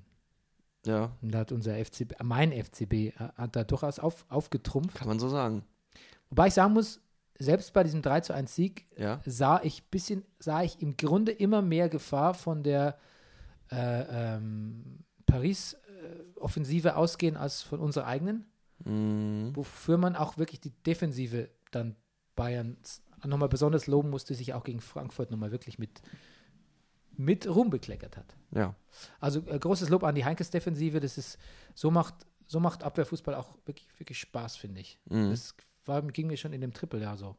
Speaker 2: Ja,
Speaker 1: und da hat unser FCB, äh, mein FCB, äh, hat da durchaus auf, aufgetrumpft.
Speaker 2: kann man so sagen.
Speaker 1: Wobei ich sagen muss, selbst bei diesem 3 zu 1 Sieg
Speaker 2: Ja.
Speaker 1: sah ich bisschen, sah ich im Grunde immer mehr Gefahr von der äh, ähm, Paris-Offensive ausgehen als von unserer eigenen,
Speaker 2: Mhm.
Speaker 1: wofür man auch wirklich die Defensive dann Bayerns nochmal besonders loben musste, sich auch gegen Frankfurt nochmal wirklich mit, mit Ruhm bekleckert hat.
Speaker 2: Ja.
Speaker 1: Also äh, großes Lob an die Heinkes Defensive. Das ist, so macht, so macht Abwehrfußball auch wirklich, wirklich Spaß, finde ich. Das war, ging mir schon in dem Triple ja so.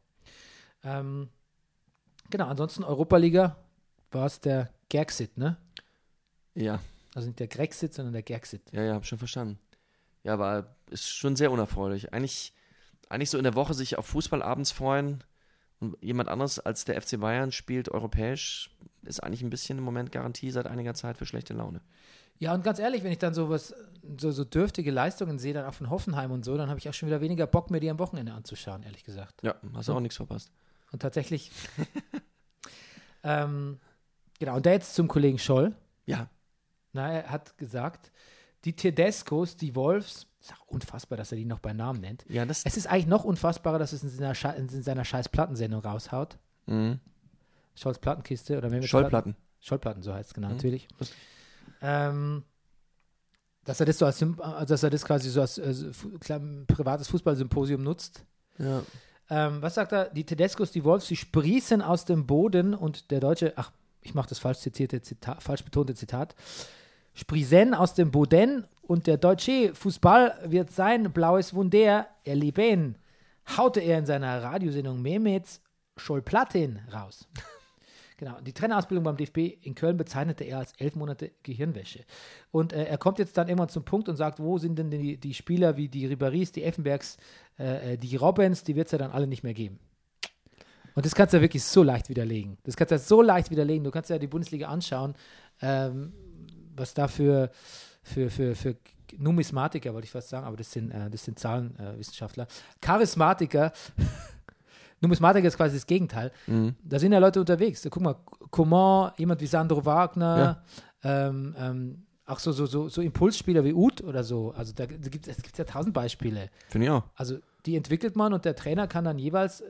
Speaker 1: Ähm, genau, ansonsten Europa-Liga war es der Gerxit, ne?
Speaker 2: Ja,
Speaker 1: Also nicht der Grexit, sondern der Gerxit.
Speaker 2: ja, ja, hab schon verstanden. Ja, war ist schon sehr unerfreulich. Eigentlich, eigentlich so in der Woche sich auf Fußball abends freuen und jemand anderes als der FC Bayern spielt europäisch, ist eigentlich ein bisschen im Moment Garantie seit einiger Zeit für schlechte Laune.
Speaker 1: Ja, und ganz ehrlich, wenn ich dann sowas, so, so dürftige Leistungen sehe, dann auch von Hoffenheim und so, dann habe ich auch schon wieder weniger Bock, mir die am Wochenende anzuschauen, ehrlich gesagt.
Speaker 2: Ja, hast du auch nichts verpasst.
Speaker 1: Und tatsächlich. ähm, genau, und da jetzt zum Kollegen Scholl.
Speaker 2: Ja,
Speaker 1: Na, er hat gesagt, die Tedescos, die Wolves, ist auch unfassbar, dass er die noch bei Namen nennt.
Speaker 2: ja, das
Speaker 1: Es ist eigentlich noch unfassbarer, dass es in seiner, Sche in seiner scheiß Plattensendung raushaut.
Speaker 2: Mhm.
Speaker 1: Scholz Plattenkiste oder Mehmet
Speaker 2: Schollplatten.
Speaker 1: Schollplatten, so heißt es genau, natürlich. Ähm, dass er das so als, Symp- also dass er das quasi so als äh, so fu- klein- privates Fußballsymposium nutzt.
Speaker 2: Ja.
Speaker 1: Ähm, was sagt er? Die Tedescos, die Wolves, sie sprießen aus dem Boden und der Deutsche, ach, ich mache das falsch zitierte Zitat, falsch betonte Zitat, sprießen aus dem Boden und der deutsche Fußball wird sein blaues Wunder, er liebe ihn, haute er in seiner Radiosendung Mehmets Schulplatin raus. Genau, die Trainerausbildung beim DFB in Köln bezeichnete er als elf Monate Gehirnwäsche. Und äh, er kommt jetzt dann immer zum Punkt und sagt, wo sind denn die, die Spieler wie die Riberis, die Effenbergs, äh, äh, die Robbins, die wird es ja dann alle nicht mehr geben. Und das kannst du ja wirklich so leicht widerlegen. Das kannst du ja so leicht widerlegen. Du kannst ja die Bundesliga anschauen, ähm, was da für, für, für, für Numismatiker, wollte ich fast sagen, aber das sind, äh, das sind Zahlenwissenschaftler, Charismatiker Numismatiker ist quasi das Gegenteil. Da sind ja Leute unterwegs. Da, guck mal, Coman, jemand wie Sandro Wagner, ähm, ähm, auch so, so, so, so Impulsspieler wie Uth oder so. Also da gibt es gibt's ja tausend Beispiele.
Speaker 2: finde ich auch.
Speaker 1: Also die entwickelt man und der Trainer kann dann jeweils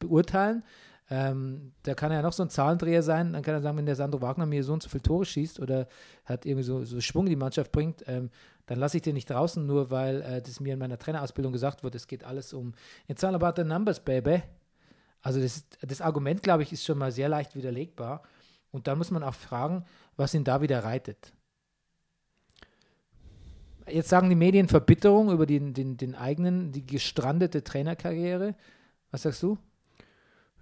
Speaker 1: beurteilen. Ähm, da kann er ja noch so ein Zahlendreher sein. Dann kann er sagen, wenn der Sandro Wagner mir so und so viele Tore schießt oder hat irgendwie so, so Schwung in die Mannschaft bringt, ähm, dann lasse ich den nicht draußen, nur weil äh, das mir in meiner Trainerausbildung gesagt wurde. Es geht alles um It's all about the numbers, baby. Also das, das Argument, glaube ich, ist schon mal sehr leicht widerlegbar. Und dann muss man auch fragen, was ihn da wieder reitet. Jetzt sagen die Medien Verbitterung über den, den, den eigenen, die gestrandete Trainerkarriere. Was sagst du?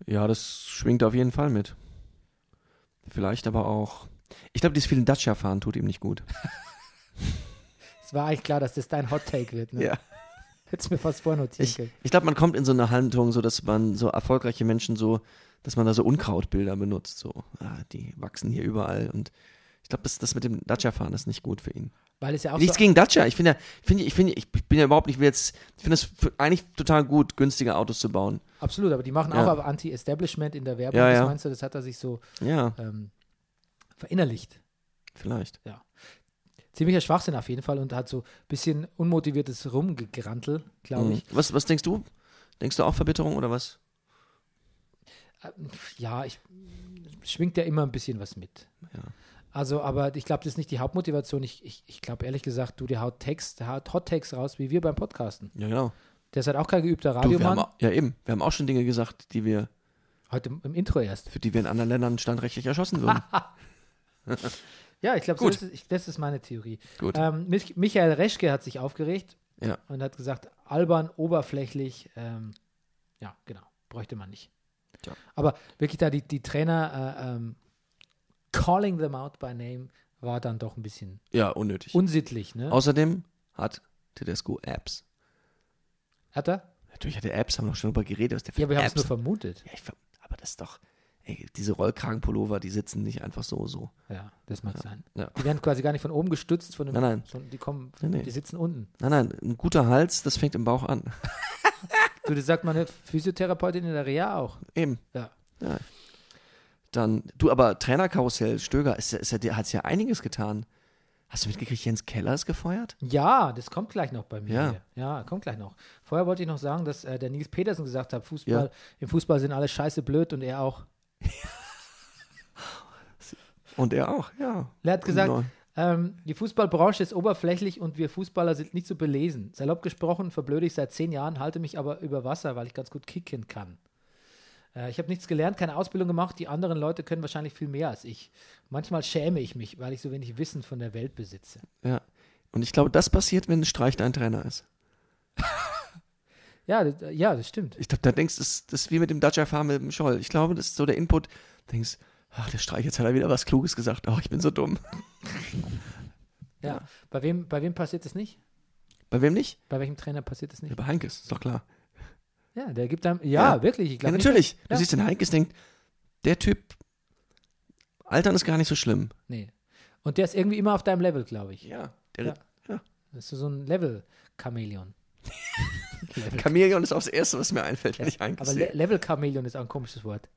Speaker 2: Ja, das schwingt auf jeden Fall mit. Vielleicht aber auch. Ich glaube, dieses vielen Dacia-Fahren tut ihm nicht gut.
Speaker 1: Es war eigentlich klar, dass das dein Hot Take wird. Ne? Hättest mir fast vornotieren
Speaker 2: Ich,
Speaker 1: können.
Speaker 2: ich glaube, man kommt in so eine Haltung, so dass man so erfolgreiche Menschen so, dass man da so Unkrautbilder benutzt. So, ah, die wachsen hier überall. Und ich glaube, das, das mit dem Dacia-Fahren ist nicht gut für ihn.
Speaker 1: Weil es ja auch
Speaker 2: Nichts
Speaker 1: so,
Speaker 2: gegen Dacia. Ich finde, ja- finde ich finde, ich bin ja überhaupt nicht, ich will jetzt, ich finde es für- eigentlich total gut, günstige Autos zu bauen.
Speaker 1: absolut, aber die machen
Speaker 2: Ja.
Speaker 1: auch aber Anti-Establishment in der Werbung.
Speaker 2: Ja,
Speaker 1: das
Speaker 2: ja.
Speaker 1: meinst du, das hat er sich so
Speaker 2: Ja,
Speaker 1: ähm, verinnerlicht.
Speaker 2: vielleicht.
Speaker 1: Ziemlicher Schwachsinn auf jeden Fall und hat so ein bisschen unmotiviertes Rumgegrantel, glaube
Speaker 2: Mhm.
Speaker 1: ich.
Speaker 2: Was, was denkst du? Denkst du auch Verbitterung oder was?
Speaker 1: Ja, ich schwingt ja immer ein bisschen was mit.
Speaker 2: Ja.
Speaker 1: Also, aber ich glaube, das ist nicht die Hauptmotivation. Ich, ich, ich glaube ehrlich gesagt, du, der haut Text, der haut Hot Takes raus, wie wir beim Podcasten.
Speaker 2: Ja, genau.
Speaker 1: Der ist halt auch kein geübter
Speaker 2: Du, wir haben,
Speaker 1: Radiomann.
Speaker 2: au- ja, eben. Wir haben auch schon Dinge gesagt, die wir,
Speaker 1: Heute im, im Intro erst.
Speaker 2: für die wir in anderen Ländern standrechtlich erschossen würden.
Speaker 1: Ja, ich glaube, so
Speaker 2: Gut.
Speaker 1: ist es- ich- das ist meine Theorie.
Speaker 2: Gut.
Speaker 1: Ähm, Mich- Michael Reschke hat sich aufgeregt
Speaker 2: Ja.
Speaker 1: und hat gesagt, albern, oberflächlich, ähm, ja, genau, bräuchte man nicht.
Speaker 2: Tja.
Speaker 1: Aber wirklich da die, die Trainer äh, ähm, calling them out by name war dann doch ein bisschen
Speaker 2: Ja, unnötig.
Speaker 1: unsittlich, ne?
Speaker 2: Außerdem hat Tedesco Apps.
Speaker 1: hat er?
Speaker 2: Natürlich hat er Apps, haben wir doch schon drüber geredet, was der für
Speaker 1: Ja, wir haben es
Speaker 2: Apps
Speaker 1: nur vermutet.
Speaker 2: Ja, ich ver aber das ist doch, ey, diese Rollkragenpullover, die sitzen nicht einfach so, so.
Speaker 1: Ja, das mag sein.
Speaker 2: Ja.
Speaker 1: Die werden quasi gar nicht von oben gestützt, von dem,
Speaker 2: Nein, nein.
Speaker 1: Von, die kommen,
Speaker 2: Nein, nein.
Speaker 1: die sitzen unten.
Speaker 2: Nein, nein, ein guter Hals, das fängt im Bauch an. <laughs>
Speaker 1: Du, das sagt meine Physiotherapeutin in der Reha auch.
Speaker 2: Eben.
Speaker 1: Ja.
Speaker 2: Ja. Dann, du, aber Trainerkarussell, Stöger, ist, ja- ist, ja- hat ja einiges getan. Hast du mitgekriegt, Jens Keller ist gefeuert?
Speaker 1: Ja, das kommt gleich noch bei mir.
Speaker 2: Ja.
Speaker 1: Ja, kommt gleich noch. Vorher wollte ich noch sagen, dass äh, der Nils Petersen gesagt hat, Fußball, im Fußball sind alle scheiße blöd und er auch.
Speaker 2: Und er auch, ja.
Speaker 1: Er hat gesagt,
Speaker 2: Neu.
Speaker 1: ähm, die Fußballbranche ist oberflächlich und wir Fußballer sind nicht so belesen. Salopp gesprochen, verblöde ich seit zehn Jahren, halte mich aber über Wasser, weil ich ganz gut kicken kann. Äh, ich habe nichts gelernt, keine Ausbildung gemacht. Die anderen Leute können wahrscheinlich viel mehr als ich. Manchmal schäme ich mich, weil ich so wenig Wissen von der Welt besitze.
Speaker 2: Ja. Und ich glaube, das passiert, wenn Streich dein Trainer ist.
Speaker 1: Ja, das, ja, das stimmt.
Speaker 2: Ich glaube, da denkst du, das, das ist wie mit dem Dacia Farm mit dem Scholl. Ich glaube, das ist so der Input. Du denkst, ach, der Streich, jetzt hat er wieder was Kluges gesagt. Ach, ich bin so dumm.
Speaker 1: Ja. Bei, wem, bei wem passiert das nicht?
Speaker 2: Bei wem nicht?
Speaker 1: Bei welchem Trainer passiert das nicht?
Speaker 2: Ja, bei Heinkes, ist doch klar.
Speaker 1: Ja, der gibt einem. Ja,
Speaker 2: Ja.
Speaker 1: wirklich. Ich
Speaker 2: Ja,
Speaker 1: glaub nicht,
Speaker 2: natürlich.
Speaker 1: dass-
Speaker 2: Du
Speaker 1: ja.
Speaker 2: siehst den Heinkes, denkt, der Typ, Altern ist gar nicht so schlimm.
Speaker 1: Nee. Und der ist irgendwie immer auf deinem Level, glaube ich.
Speaker 2: Ja. Der
Speaker 1: Ja. Das ist so ein Level-Chameleon. Level.
Speaker 2: Chamäleon ist auch das Erste, was mir einfällt, wenn ich Heinkes
Speaker 1: Aber Le
Speaker 2: sehe.
Speaker 1: Level-Chameleon ist auch ein komisches Wort.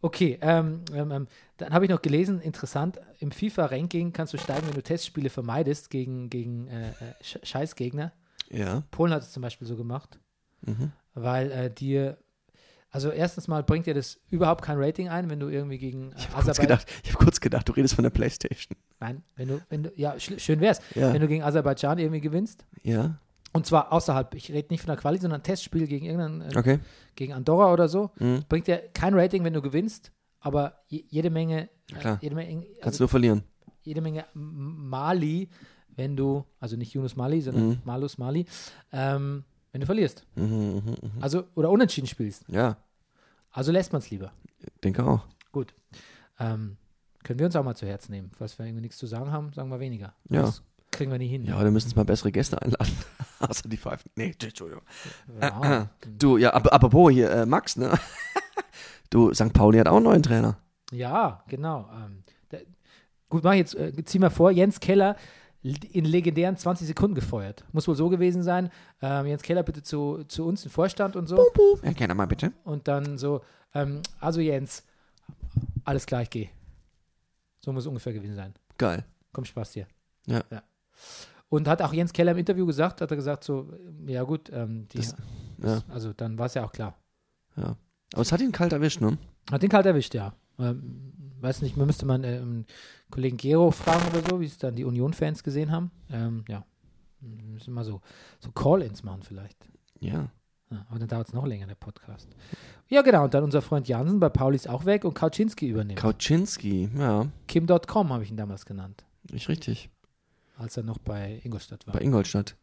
Speaker 1: Okay, ähm, ähm, ähm, dann habe ich noch gelesen, interessant, im FIFA-Ranking kannst du steigen, wenn du Testspiele vermeidest gegen, gegen äh, äh, Sch- Scheißgegner.
Speaker 2: Ja.
Speaker 1: Polen hat es zum Beispiel so gemacht,
Speaker 2: Mhm.
Speaker 1: weil äh, dir, also erstens mal bringt dir das überhaupt kein Rating ein, wenn du irgendwie gegen äh,
Speaker 2: Ich habe kurz,
Speaker 1: Aserbaidschan
Speaker 2: gedacht- ich hab kurz gedacht, du redest von der Playstation.
Speaker 1: Nein, wenn du, wenn du, ja, schl- schön wär's,
Speaker 2: Ja.
Speaker 1: wenn du gegen Aserbaidschan irgendwie gewinnst.
Speaker 2: Ja.
Speaker 1: Und zwar außerhalb, ich rede nicht von der Quali, sondern ein Testspiel gegen irgendeinen, äh,
Speaker 2: Okay.
Speaker 1: gegen Andorra oder so.
Speaker 2: Mhm.
Speaker 1: Bringt dir kein Rating, wenn du gewinnst, aber je, jede Menge,
Speaker 2: Na klar.
Speaker 1: Äh, jede Menge,
Speaker 2: Kannst
Speaker 1: also
Speaker 2: nur verlieren.
Speaker 1: jede Menge M- Mali, wenn du, also nicht Yunus Mali, sondern
Speaker 2: Mhm.
Speaker 1: Malus Mali, ähm, wenn du verlierst.
Speaker 2: Mhm, mhm, mhm.
Speaker 1: Also, oder unentschieden spielst.
Speaker 2: Ja,
Speaker 1: Also lässt man es lieber.
Speaker 2: denke auch.
Speaker 1: Gut. Ähm, können wir uns auch mal zu Herzen nehmen. Falls wir irgendwie nichts zu sagen haben, sagen wir weniger.
Speaker 2: Ja.
Speaker 1: Das kriegen wir nie hin.
Speaker 2: Ja, oder müssen es mal bessere Gäste einladen. <laughs> Außer die Pfeifen. Nee, Entschuldigung. <clears throat>
Speaker 1: Wow. Mhm.
Speaker 2: Du, ja, ap apropos hier, äh, Max, ne? <laughs> Du, St. Pauli hat auch einen neuen Trainer.
Speaker 1: Ja, genau. Ähm, da, gut, mach ich jetzt, äh, zieh mal vor, Jens Keller l- in legendären 20 Sekunden gefeuert. Muss wohl so gewesen sein. Ähm, Jens Keller bitte zu, zu uns, in den Vorstand und so.
Speaker 2: Herr Kenner, mal bitte.
Speaker 1: Und dann so, ähm, also Jens, alles klar, ich geh. So muss es ungefähr gewesen sein.
Speaker 2: Geil.
Speaker 1: Komm, Spaß dir.
Speaker 2: Ja.
Speaker 1: Und hat auch Jens Keller im Interview gesagt, hat er gesagt so, ja gut, ähm, die,
Speaker 2: Das- Ja,
Speaker 1: also dann war es ja auch klar.
Speaker 2: ja. Aber es hat ihn kalt erwischt, ne?
Speaker 1: Hat den kalt erwischt, ja. Ähm, weiß nicht, müsste man äh, ähm, Kollegen Gero fragen oder so, wie es dann die Union-Fans gesehen haben. Ähm, ja. Müssen mal so, so Call-Ins machen vielleicht.
Speaker 2: Ja.
Speaker 1: Ja, aber dann dauert es noch länger, der Podcast. Ja, genau. Und dann unser Freund Jansen bei Pauli ist auch weg und Kauczynski übernimmt.
Speaker 2: Kauczynski, ja,
Speaker 1: Kim.com habe ich ihn damals genannt,
Speaker 2: nicht richtig.
Speaker 1: als er noch bei Ingolstadt war.
Speaker 2: Bei Ingolstadt.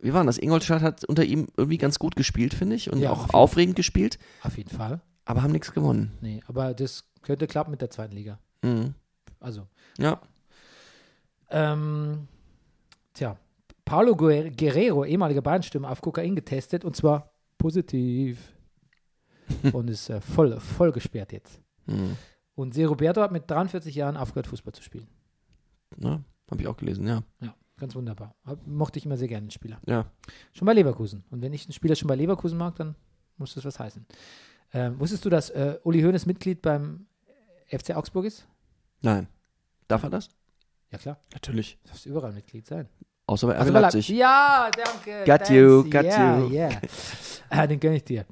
Speaker 2: Wie war denn das? Ingolstadt hat unter ihm irgendwie ganz gut gespielt, finde ich. Und
Speaker 1: Ja, auf
Speaker 2: auch
Speaker 1: jeden-
Speaker 2: aufregend gespielt,
Speaker 1: Auf jeden Fall.
Speaker 2: aber haben nichts gewonnen.
Speaker 1: Nee, aber das könnte klappen mit der zweiten Liga.
Speaker 2: Mhm.
Speaker 1: Also,
Speaker 2: Ja,
Speaker 1: Ähm, tja, Paulo Guer- Guerrero, ehemaliger Bayern-Stürmer, auf Kokain getestet und zwar
Speaker 2: <laughs>
Speaker 1: positiv. und ist äh, voll, voll gesperrt jetzt.
Speaker 2: mhm.
Speaker 1: Und Se Roberto hat mit 43 Jahren aufgehört, Fußball zu spielen.
Speaker 2: ja habe ne? ich auch gelesen, ja.
Speaker 1: Ja, ganz wunderbar. Hab, mochte ich immer sehr gerne den Spieler.
Speaker 2: Ja,
Speaker 1: Schon bei Leverkusen. Und wenn ich einen Spieler schon bei Leverkusen mag, dann muss das was heißen. Ähm, wusstest du, dass äh, Uli Hoeneß Mitglied beim FC Augsburg ist?
Speaker 2: nein. Darf er das?
Speaker 1: Ja, klar.
Speaker 2: Natürlich.
Speaker 1: Darfst überall Mitglied sein.
Speaker 2: Außer bei RB
Speaker 1: Also bei Leip-
Speaker 2: Leipzig.
Speaker 1: Ja, danke.
Speaker 2: Got
Speaker 1: thanks.
Speaker 2: you, got
Speaker 1: yeah,
Speaker 2: you.
Speaker 1: Yeah. Äh, den gönne ich dir.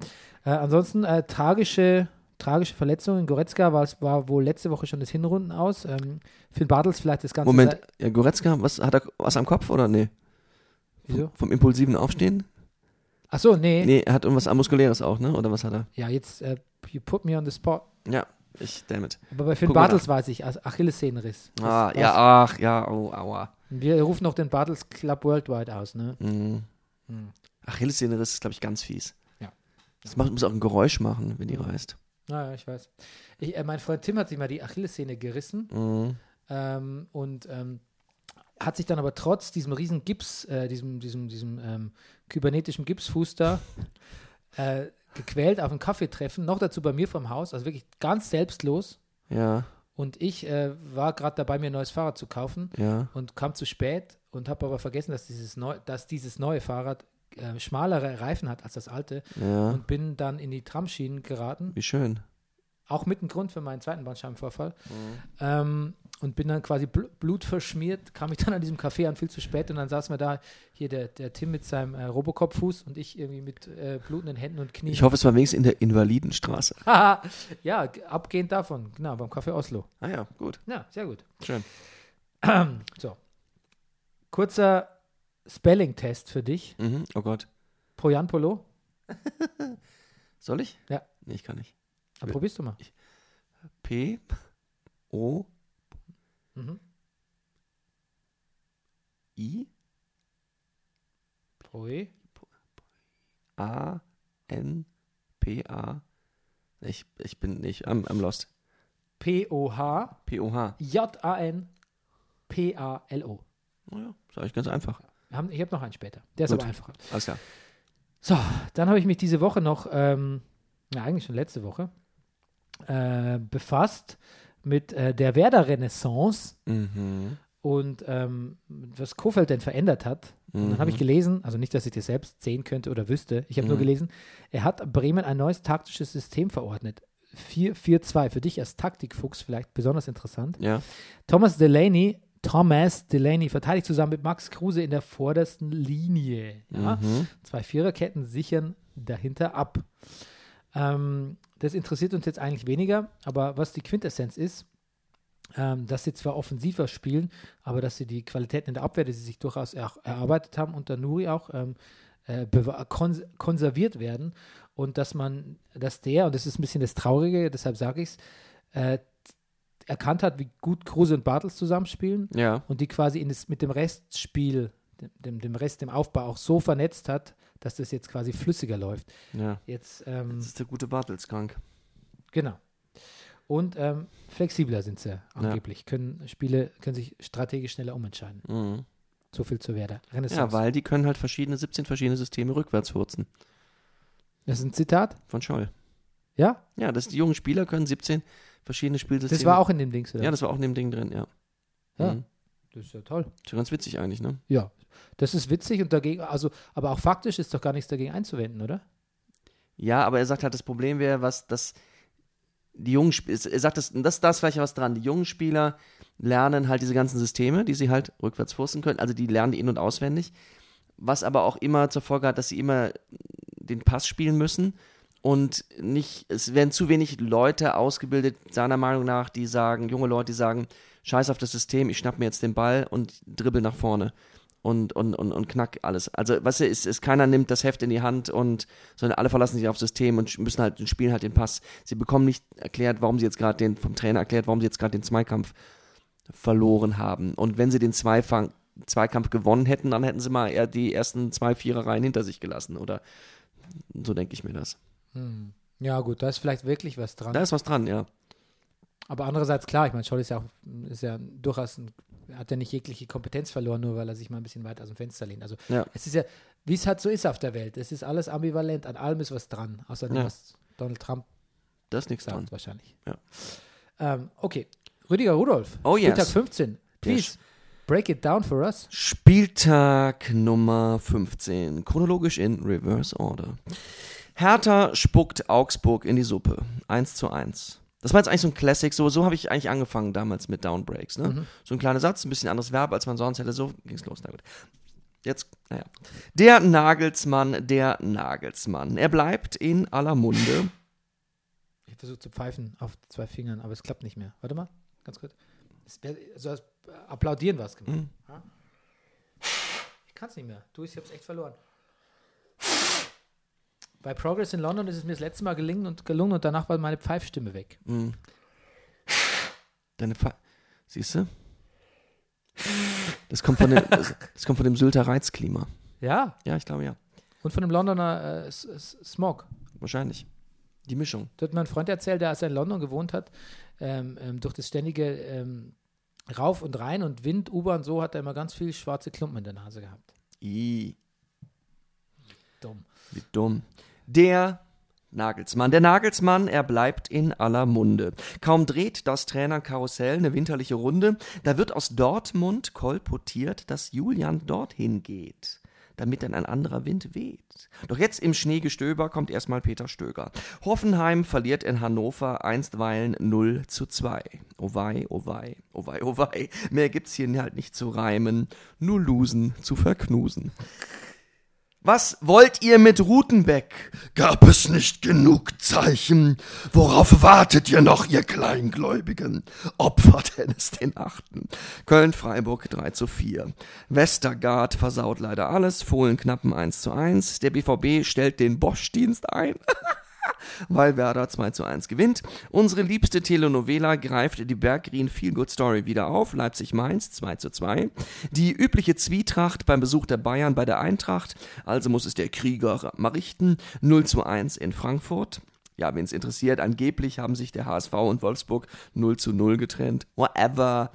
Speaker 1: Äh, ansonsten äh, tragische, tragische Verletzungen. Goretzka war, war wohl letzte Woche schon das Hinrunden aus. Ähm, Finn Bartels vielleicht das ganze
Speaker 2: Moment,
Speaker 1: Sei-
Speaker 2: ja, Goretzka, was, hat er was am Kopf oder nee?
Speaker 1: Wieso?
Speaker 2: Vom impulsiven Aufstehen?
Speaker 1: Ach so, nee.
Speaker 2: Nee, er hat irgendwas Muskuläres auch, ne? Oder was hat er?
Speaker 1: Ja, jetzt äh, you put me on the spot.
Speaker 2: Ja, Ich, damn it.
Speaker 1: Aber bei Finn
Speaker 2: Guck mal
Speaker 1: Bartels weiß ich, also Achillessehnenriss. Das
Speaker 2: Ah,
Speaker 1: weiß ich.
Speaker 2: ja, ach, ja, oh, aua.
Speaker 1: Wir rufen noch den Bartels Club Worldwide aus, ne?
Speaker 2: Mhm.
Speaker 1: Mhm.
Speaker 2: Achillessehnenriss ist, glaube ich, ganz fies.
Speaker 1: Ja. Hm.
Speaker 2: Das macht, muss auch ein Geräusch machen, wenn die reißt.
Speaker 1: Naja, ich weiß. Ich, äh, mein Freund Tim hat sich mal die Achillessehne gerissen
Speaker 2: Mhm.
Speaker 1: ähm, und ähm, hat sich dann aber trotz diesem riesen Gips, äh, diesem, diesem, diesem ähm, kybernetischen Gipsfuß da, äh, gequält auf ein Kaffeetreffen, noch dazu bei mir vom Haus, also wirklich ganz selbstlos.
Speaker 2: Ja,
Speaker 1: Und ich äh, war gerade dabei, mir ein neues Fahrrad zu kaufen
Speaker 2: ja.
Speaker 1: und kam zu spät und habe aber vergessen, dass dieses, neu, dass dieses neue Fahrrad äh, schmalere Reifen hat als das alte
Speaker 2: Ja.
Speaker 1: und bin dann in die Tramschienen geraten,
Speaker 2: Wie schön.
Speaker 1: auch mit einem Grund für meinen zweiten Bandscheibenvorfall
Speaker 2: Mhm.
Speaker 1: ähm, und bin dann quasi bl blutverschmiert, kam ich <laughs> dann an diesem Café an, viel zu spät und dann saß mir da hier der, der Tim mit seinem äh, Robocop-Fuß und ich irgendwie mit äh, blutenden Händen und Knien. <laughs>
Speaker 2: Ich hoffe, es war wenigstens in der Invalidenstraße.
Speaker 1: ja, g- abgehend davon, genau, beim Café Oslo.
Speaker 2: Ah ja, gut.
Speaker 1: Ja, sehr gut.
Speaker 2: Schön.
Speaker 1: <clears throat> So. Kurzer Spelling-Test für dich.
Speaker 2: Mhm. Oh Gott.
Speaker 1: Poyanpolo?
Speaker 2: Soll ich?
Speaker 1: Ja.
Speaker 2: Nee, ich kann nicht.
Speaker 1: Dann probierst du mal.
Speaker 2: P, O,
Speaker 1: Mhm.
Speaker 2: I,
Speaker 1: Poi.
Speaker 2: A, N, P, A. Ich, ich bin nicht, I'm, I'm lost.
Speaker 1: P-O-H.
Speaker 2: P, O, H.
Speaker 1: J-A-N. P-A-L-O.
Speaker 2: Naja, Oh ist eigentlich ganz einfach.
Speaker 1: Wir haben- Ich habe noch einen später. Der ist
Speaker 2: Gut.
Speaker 1: aber einfacher.
Speaker 2: Alles klar.
Speaker 1: So, dann habe ich mich diese Woche noch, ähm, na eigentlich schon letzte Woche, äh, befasst mit äh, der Werder-Renaissance
Speaker 2: Mhm.
Speaker 1: und ähm, was Kofeld denn verändert hat. Und dann habe ich gelesen, also nicht, dass ich das selbst sehen könnte oder wüsste, ich habe nur gelesen, er hat Bremen ein neues taktisches System verordnet. 4-4-2, für dich als Taktikfuchs vielleicht besonders interessant.
Speaker 2: Ja.
Speaker 1: Thomas Delaney, Thomas Delaney verteidigt zusammen mit Max Kruse in der vordersten Linie. Ja? Zwei Viererketten sichern dahinter ab. Ähm, das interessiert uns jetzt eigentlich weniger, aber was die Quintessenz ist, ähm, dass sie zwar offensiver spielen, aber dass sie die Qualitäten in der Abwehr, die sie sich durchaus er erarbeitet haben, unter Nuri auch, ähm, äh, bewa- kons konserviert werden und dass man, dass der, und das ist ein bisschen das Traurige, deshalb sage ich es, äh, erkannt hat, wie gut Kruse und Bartels zusammenspielen
Speaker 2: Ja.
Speaker 1: und die quasi in das, mit dem Restspiel, dem- dem, dem Rest, dem Aufbau auch so vernetzt hat, dass das jetzt quasi flüssiger läuft.
Speaker 2: Ja.
Speaker 1: Jetzt, ähm,
Speaker 2: Das ist der gute Bartels krank.
Speaker 1: genau. Und ähm, flexibler sind sie angeblich, können Spiele, können sich strategisch schneller umentscheiden.
Speaker 2: Mhm.
Speaker 1: So viel zu Werder.
Speaker 2: Ja,
Speaker 1: Renaissance.
Speaker 2: weil die können halt verschiedene, 17 verschiedene Systeme rückwärts hurzen.
Speaker 1: das ist ein Zitat,
Speaker 2: Von Scholl.
Speaker 1: ja?
Speaker 2: Ja, das, die jungen Spieler können 17 verschiedene Spielsysteme.
Speaker 1: Das war auch in dem Dings, oder?
Speaker 2: Ja, das war auch in dem Ding drin, ja.
Speaker 1: Ja.
Speaker 2: Mhm.
Speaker 1: das ist ja toll.
Speaker 2: Ist ja ganz witzig eigentlich, ne?
Speaker 1: Ja, das ist witzig und dagegen, also, aber auch faktisch ist doch gar nichts dagegen einzuwenden, oder?
Speaker 2: Ja, aber er sagt halt, das Problem wäre, was, dass die jungen Spieler, er sagt, das, das, das ist vielleicht was dran. Die jungen Spieler lernen halt diese ganzen Systeme, die sie halt rückwärts forcen können. Also die lernen die in- und auswendig. Was aber auch immer zur Folge hat, dass sie immer den Pass spielen müssen und nicht, es werden zu wenig Leute ausgebildet, seiner Meinung nach, die sagen, junge Leute, die sagen, scheiß auf das System, ich schnapp mir jetzt den Ball und dribbel nach vorne und, und, und, und knack alles. Also, weißt du, es ist, keiner nimmt das Heft in die Hand und, sondern alle verlassen sich aufs System und sch- müssen halt, und spielen halt den Pass. Sie bekommen nicht erklärt, warum sie jetzt gerade den, vom Trainer erklärt, warum sie jetzt gerade den Zweikampf verloren haben. Und wenn sie den Zweifang, Zweikampf gewonnen hätten, dann hätten sie mal eher die ersten zwei Vierereien hinter sich gelassen, oder? So denke ich mir das.
Speaker 1: Ja, gut, da ist vielleicht wirklich was dran.
Speaker 2: Da ist was dran, ja.
Speaker 1: Aber andererseits, klar, ich meine, Scholl ist ja auch, ist ja durchaus, ein, hat ja nicht jegliche Kompetenz verloren, nur weil er sich mal ein bisschen weit aus dem Fenster lehnt. Also,
Speaker 2: Ja.
Speaker 1: es ist ja, wie es halt so ist auf der Welt, es ist alles ambivalent, an allem ist was dran, außer dem,
Speaker 2: Ja.
Speaker 1: was Donald Trump
Speaker 2: Da ist nichts
Speaker 1: sagt,
Speaker 2: dran.
Speaker 1: wahrscheinlich.
Speaker 2: Ja.
Speaker 1: Ähm, okay, Rüdiger Rudolf,
Speaker 2: Oh, yes.
Speaker 1: Spieltag 15, please, break it down for us.
Speaker 2: Spieltag Nummer 15, chronologisch in Reverse Order. Hertha spuckt Augsburg in die Suppe. 1 zu 1. Das war jetzt eigentlich so ein Classic, so, so habe ich eigentlich angefangen damals mit Downbreaks. Ne? So ein kleiner Satz, ein bisschen anderes Verb, als man sonst hätte. So ging's los. Na gut. Jetzt, naja. Der Nagelsmann, der Nagelsmann. Er bleibt in aller Munde.
Speaker 1: Ich versuche zu pfeifen auf zwei Fingern, aber es klappt nicht mehr. Warte mal, ganz kurz. Es wär, so als applaudieren war es gemacht. Ja? Ich kann es nicht mehr. Du, ich habe es echt verloren. Bei Progress in London ist es mir das letzte Mal gelingen und gelungen und danach war meine Pfeifstimme weg.
Speaker 2: Deine Fa Siehst du? Das kommt von dem, das, das kommt von dem Sylter Reizklima.
Speaker 1: Ja,
Speaker 2: Ja, ich glaube ja.
Speaker 1: und von dem Londoner äh, S- S- Smog.
Speaker 2: Wahrscheinlich. Die Mischung.
Speaker 1: Da hat mein Freund erzählt, der als er in London gewohnt hat, ähm, ähm, durch das ständige ähm, Rauf und Rein und Wind, U-Bahn, so hat er immer ganz viel schwarze Klumpen in der Nase gehabt.
Speaker 2: I,
Speaker 1: Dumm.
Speaker 2: wie dumm. Der Nagelsmann. Der Nagelsmann, er bleibt in aller Munde. Kaum dreht das Trainerkarussell eine winterliche Runde, da wird aus Dortmund kolportiert, dass Julian dorthin geht, damit dann ein anderer Wind weht. Doch jetzt im Schneegestöber kommt erstmal Peter Stöger. Hoffenheim verliert in Hannover einstweilen 0 zu 2. Oh wei, oh wei, oh wei, oh wei. Mehr gibt's hier halt nicht zu reimen, nur Lusen zu verknusen. Was wollt ihr mit Rutenbeck?
Speaker 4: gab es nicht genug Zeichen. Worauf wartet ihr noch, ihr Kleingläubigen?
Speaker 2: Opfer Dennis den Achten. Köln-Freiburg 3 zu 4. Westergaard versaut leider alles, Fohlen knappen 1 zu 1. Der BVB stellt den Bosch-Dienst ein. <laughs> Weil Werder 2 zu 1 gewinnt. Unsere liebste Telenovela greift die Berggrin Feel Good Story wieder auf. Leipzig-Mainz 2 zu 2. Die übliche Zwietracht beim Besuch der Bayern bei der Eintracht. Also muss es der Krieger mal richten. 0 zu 1 in Frankfurt. Ja, wen es interessiert, angeblich haben sich der HSV und Wolfsburg 0 zu 0 getrennt. Whatever.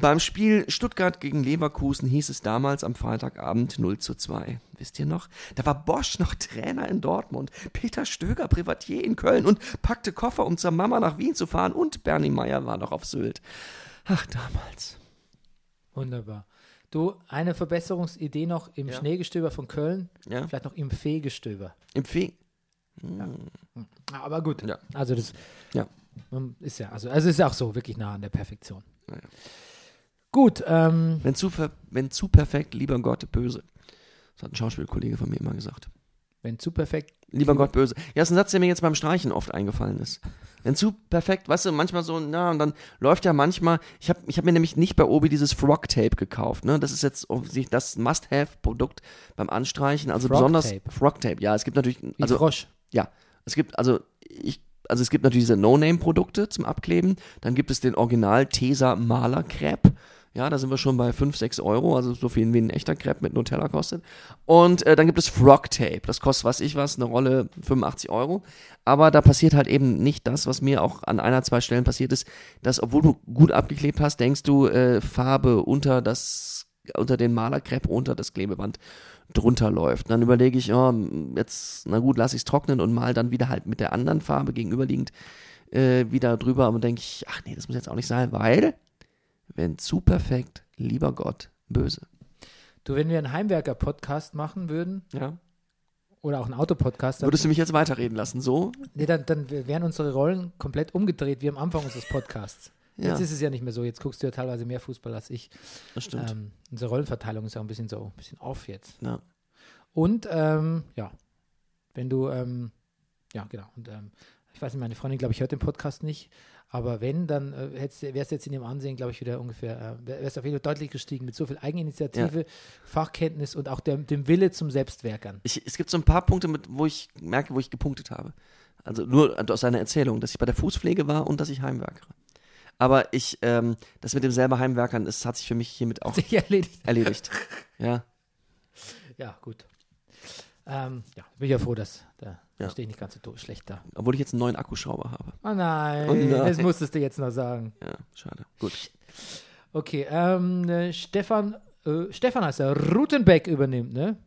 Speaker 2: Beim Spiel Stuttgart gegen Leverkusen hieß es damals am Freitagabend 0 zu 2. Wisst ihr noch? Da war Bosch noch Trainer in Dortmund, Peter Stöger Privatier in Köln und packte Koffer, um zur Mama nach Wien zu fahren und Bernie Meyer war noch auf Sylt. Ach, damals.
Speaker 1: Wunderbar. Du, eine Verbesserungsidee noch im Schneegestöber von Köln,
Speaker 2: Ja.
Speaker 1: vielleicht noch im Feegestöber.
Speaker 2: Im Fee.
Speaker 1: Ah, Aber gut,
Speaker 2: Ja.
Speaker 1: also das
Speaker 2: Ja.
Speaker 1: man ist ja, also, also ist ja auch so wirklich nah an der Perfektion. Gut, ähm,
Speaker 2: Wenn zu, ver- wenn zu perfekt, lieber Gott böse. Das hat ein Schauspielkollege von mir immer gesagt.
Speaker 1: wenn zu perfekt,
Speaker 2: Lieber Gott böse. Ja, ist ein Satz, der mir jetzt beim Streichen oft eingefallen ist. Wenn zu perfekt, weißt du, manchmal so, na, und dann läuft ja manchmal, ich habe ich hab mir nämlich nicht bei Obi dieses Frog-Tape gekauft, ne? Das ist jetzt offensichtlich das Must-Have-Produkt beim Anstreichen, also
Speaker 1: Frog
Speaker 2: besonders
Speaker 1: Tape.
Speaker 2: Frog-Tape, ja, es gibt natürlich,
Speaker 1: wie
Speaker 2: also
Speaker 1: Frosch.
Speaker 2: ja, es gibt, also ich, also es gibt natürlich diese No-Name-Produkte zum Abkleben. Dann gibt es den Original Tesa Maler Crepe. Ja, da sind wir schon bei 5, 6 Euro, also so viel wie ein echter Crepe mit Nutella kostet. Und äh, dann gibt es Frog Tape. Das kostet, was ich was, eine Rolle 85 Euro. Aber da passiert halt eben nicht das, was mir auch an einer, zwei Stellen passiert ist, dass, obwohl du gut abgeklebt hast, denkst du, äh, Farbe unter das, unter den Malerkrepp, unter das Klebeband drunter läuft. Dann überlege ich, oh, jetzt, na gut, lasse ich es trocknen und mal dann wieder halt mit der anderen Farbe gegenüberliegend äh, wieder drüber. Aber denke ich, ach nee, das muss jetzt auch nicht sein, weil, wenn zu perfekt, lieber Gott, böse.
Speaker 1: Du, wenn wir einen Heimwerker-Podcast machen würden
Speaker 2: Ja.
Speaker 1: oder auch einen Autopodcast, dann,
Speaker 2: Würdest du mich jetzt weiterreden lassen, so?
Speaker 1: nee, dann, dann wären unsere Rollen komplett umgedreht wie am Anfang unseres Podcasts.
Speaker 2: Ja,
Speaker 1: Jetzt ist es ja nicht mehr so. Jetzt guckst du ja teilweise mehr Fußball als ich.
Speaker 2: das stimmt.
Speaker 1: Ähm, unsere Rollenverteilung ist ja ein bisschen so, ein bisschen off jetzt.
Speaker 2: Ja.
Speaker 1: Und ähm, ja, wenn du, ähm, ja, genau. Und ähm, ich weiß nicht, meine Freundin, glaube ich, hört den Podcast nicht. Aber wenn, dann äh, hättest du- wärst du jetzt in dem Ansehen, glaube ich, wieder ungefähr, äh, wär- wärst auf jeden Fall deutlich gestiegen mit so viel Eigeninitiative, Fachkenntnis und auch dem, dem Wille zum Selbstwerkern.
Speaker 2: Ich, es gibt so ein paar Punkte, mit, wo ich merke, wo ich gepunktet habe. Also nur aus seiner Erzählung, dass ich bei der Fußpflege war und dass ich Heimwerkere. Aber ich, ähm, das mit dem selber Heimwerkern, das hat sich für mich hiermit <laughs>
Speaker 1: <laughs>
Speaker 2: auch
Speaker 1: Sich erledigt.
Speaker 2: erledigt. Ja.
Speaker 1: Ja, gut. Ähm, ja, bin ich ja froh, dass da
Speaker 2: Ja.
Speaker 1: stehe ich nicht ganz so do- schlecht da.
Speaker 2: Obwohl ich jetzt einen neuen Akkuschrauber habe.
Speaker 1: Oh nein,
Speaker 2: Oh nein.
Speaker 1: das musstest du jetzt noch sagen.
Speaker 2: Ja, schade. Gut.
Speaker 1: Okay, ähm, äh, Stefan, äh, Stefan heißt er, Rutenbeck übernimmt, ne?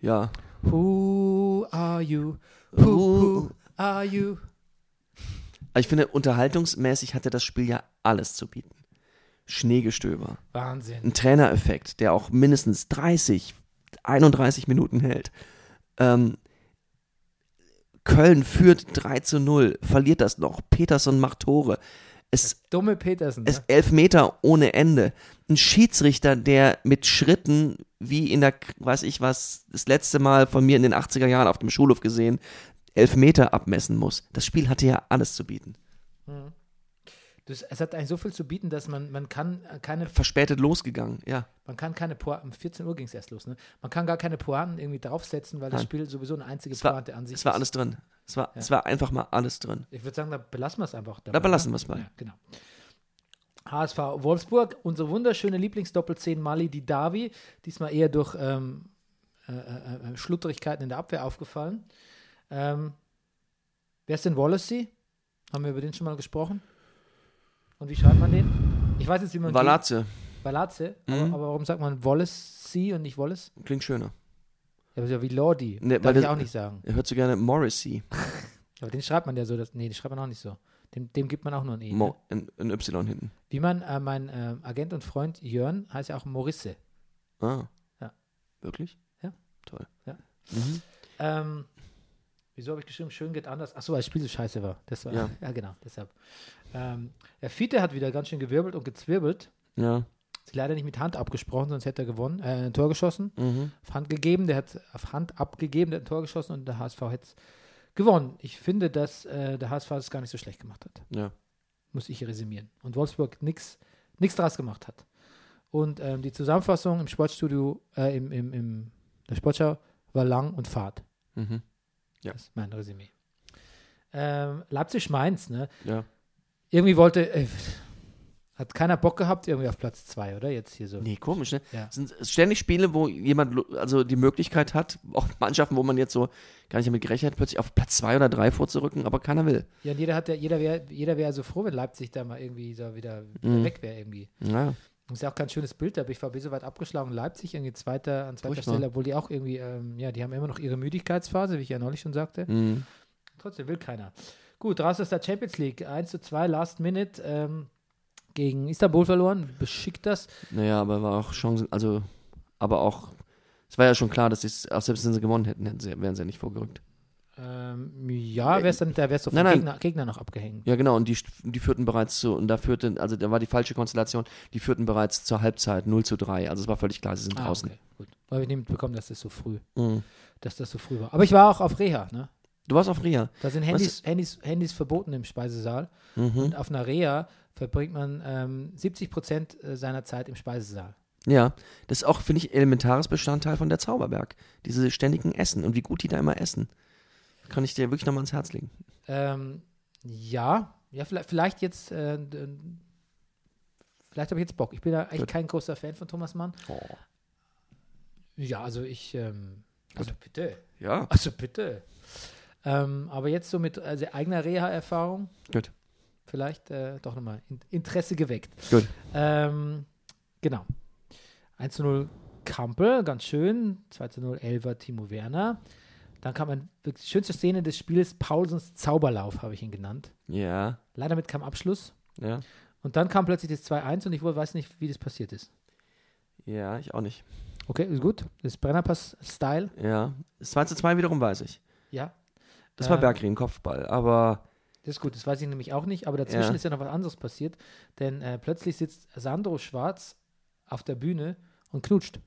Speaker 2: Ja.
Speaker 1: Who are you? Who, who are you?
Speaker 2: Aber ich finde, unterhaltungsmäßig hatte das Spiel ja alles zu bieten. Schneegestöber,
Speaker 1: Wahnsinn.
Speaker 2: ein Trainereffekt, der auch mindestens 30, 31 Minuten hält. Ähm, Köln führt 3 zu 0, verliert das noch. Peterson macht Tore. Es,
Speaker 1: Dumme Petersen.
Speaker 2: es
Speaker 1: ne?
Speaker 2: elf Meter ohne Ende. Ein Schiedsrichter, der mit Schritten wie in der, weiß ich was, das letzte Mal von mir in den 80er Jahren auf dem Schulhof gesehen, elf Meter abmessen muss. Das Spiel hatte ja alles zu bieten.
Speaker 1: Das, es hat eigentlich so viel zu bieten, dass man, man kann äh, keine,
Speaker 2: Verspätet losgegangen, ja.
Speaker 1: man kann keine Pointen, um 14 Uhr ging es erst los, ne? Man kann gar keine Pointen irgendwie draufsetzen, weil das
Speaker 2: Nein.
Speaker 1: Spiel sowieso eine einzige
Speaker 2: Es war,
Speaker 1: Pointe an sich
Speaker 2: es war
Speaker 1: ist.
Speaker 2: alles drin. Es war, es war einfach mal alles drin.
Speaker 1: Ich würde sagen, da belassen wir es einfach. ne?
Speaker 2: Da belassen wir es
Speaker 1: mal.
Speaker 2: bei.
Speaker 1: Ja, genau. HSV Wolfsburg, unsere wunderschöne Lieblingsdoppelzehn Mali Didavi, diesmal eher durch ähm, äh, äh, äh, Schludrigkeiten in der Abwehr aufgefallen. Ähm, wer ist denn Wallacey? Haben wir über den schon mal gesprochen? Und wie schreibt man den? Ich weiß jetzt, wie man
Speaker 2: Valaze.
Speaker 1: Valaze, aber,
Speaker 2: Mhm.
Speaker 1: aber warum sagt man Wallacey und nicht Wallace?
Speaker 2: Klingt schöner.
Speaker 1: Ja, aber ist ja wie Lordi.
Speaker 2: Ne,
Speaker 1: Darf
Speaker 2: weil
Speaker 1: ich
Speaker 2: das-
Speaker 1: auch nicht sagen.
Speaker 2: Er hört so gerne Morrissey.
Speaker 1: Aber den schreibt man ja so. Dass, nee, den schreibt man auch nicht so. Dem, dem gibt man auch nur ein E. ne?
Speaker 2: Mo ein, ein Y hinten.
Speaker 1: Wie man, äh, mein ähm, Agent und Freund Jörn heißt ja auch Morisse.
Speaker 2: Ah.
Speaker 1: Ja.
Speaker 2: Wirklich?
Speaker 1: Ja.
Speaker 2: Toll.
Speaker 1: Ähm, wieso habe ich geschrieben, schön geht anders? Achso, weil das Spiel so scheiße war. Das war <laughs> ja.
Speaker 2: Ja.
Speaker 1: genau, deshalb. Ähm, der Fiete hat wieder ganz schön gewirbelt und gezwirbelt.
Speaker 2: Ja.
Speaker 1: Ist leider nicht mit Hand abgesprochen, sonst hätte er gewonnen, äh, ein Tor geschossen.
Speaker 2: Mhm.
Speaker 1: Auf Hand gegeben, der hat auf Hand abgegeben, der hat ein Tor geschossen und der HSV hätte es gewonnen. Ich finde, dass äh, der HSV es gar nicht so schlecht gemacht hat.
Speaker 2: Ja.
Speaker 1: muss ich resümieren. Und Wolfsburg nichts draus gemacht hat. Und ähm, die Zusammenfassung im Sportstudio, äh, im, im, im der Sportschau war lang und fad.
Speaker 2: Mhm. Ja.
Speaker 1: Das ist mein Resümee. Ähm, Leipzig-Mainz, ne?
Speaker 2: Ja.
Speaker 1: Irgendwie wollte, äh, hat keiner Bock gehabt, irgendwie auf Platz 2, oder? Jetzt hier so.
Speaker 2: Nee, komisch, ne?
Speaker 1: Ja.
Speaker 2: Es sind ständig Spiele, wo jemand lo- also die Möglichkeit hat, auch <laughs> Mannschaften, wo man jetzt so gar nicht damit gerechnet hat, plötzlich auf Platz zwei oder drei vorzurücken, aber keiner will.
Speaker 1: Ja, und jeder hat ja, jeder wäre jeder wär so froh, wenn Leipzig da mal irgendwie so wieder, wieder
Speaker 2: Mhm.
Speaker 1: weg wäre irgendwie.
Speaker 2: Ja.
Speaker 1: Das ist ja auch kein schönes Bild, da habe ich VB so weit abgeschlagen. Leipzig irgendwie zweiter, an zweiter
Speaker 2: Furchtbar.
Speaker 1: Stelle, obwohl die auch irgendwie, ähm, ja, die haben immer noch ihre Müdigkeitsphase, wie ich ja neulich schon sagte.
Speaker 2: Mhm.
Speaker 1: Trotzdem will keiner. Gut, raus aus der Champions League. 1 zu 2, Last Minute ähm, gegen Istanbul verloren. Beschickt das.
Speaker 2: Naja, aber war auch Chancen, also, aber auch, es war ja schon klar, dass sie es, auch selbst wenn sie gewonnen hätten, hätten sie, wären sie ja nicht vorgerückt.
Speaker 1: Ähm, ja, wär's dann, da wärst du vom
Speaker 2: Äh, Nein, nein.
Speaker 1: Gegner, Gegner noch abgehängt.
Speaker 2: Ja, genau, und die, die führten bereits zu, und da führte, also da war die falsche Konstellation, die führten bereits zur Halbzeit 0 zu 3, also es war völlig klar, sie sind
Speaker 1: Ah,
Speaker 2: draußen.
Speaker 1: okay, gut. Weil ich nicht mitbekommen, dass das so früh,
Speaker 2: Mhm.
Speaker 1: dass das so früh war. Aber ich war auch auf Reha, ne?
Speaker 2: Du warst auf Ria.
Speaker 1: Da sind Handys, Handys, Handys verboten im Speisesaal. Und auf einer Reha verbringt man ähm, 70 Prozent äh, seiner Zeit im Speisesaal.
Speaker 2: Ja, das ist auch, finde ich, elementares Bestandteil von der Zauberberg. Diese ständigen Essen und wie gut die da immer essen. Kann ich dir wirklich nochmal ans Herz legen.
Speaker 1: Ähm, ja, ja, vielleicht, vielleicht jetzt, äh, d- vielleicht habe ich jetzt Bock. Ich bin da eigentlich
Speaker 2: Gut.
Speaker 1: kein großer Fan von Thomas Mann. Ja, also ich, ähm, also bitte,
Speaker 2: Ja.
Speaker 1: also bitte. Ähm, aber jetzt so mit also eigener Reha-Erfahrung
Speaker 2: Gut.
Speaker 1: vielleicht äh, doch nochmal in, Interesse geweckt.
Speaker 2: Gut.
Speaker 1: Ähm, genau. 1 zu 0 Kampel, ganz schön. 2 zu 0 Elfer Timo Werner. Dann kam eine wirklich schönste Szene des Spiels, Paulsens Zauberlauf, habe ich ihn genannt.
Speaker 2: Ja.
Speaker 1: Leider mit keinem Abschluss.
Speaker 2: Ja.
Speaker 1: Und dann kam plötzlich das 2-1 und ich wohl weiß nicht, wie das passiert ist.
Speaker 2: Ja, ich auch nicht.
Speaker 1: Okay, ist gut. Das ist Brennerpass-Style.
Speaker 2: Ja. Das 2 zu 2 wiederum weiß ich.
Speaker 1: Ja,
Speaker 2: Das war
Speaker 1: Äh.
Speaker 2: Bergrin, Kopfball. Aber
Speaker 1: das ist gut. Das weiß ich nämlich auch nicht. Aber dazwischen
Speaker 2: Ja.
Speaker 1: ist ja noch was anderes passiert. Denn äh, plötzlich sitzt Sandro Schwarz auf der Bühne und knutscht.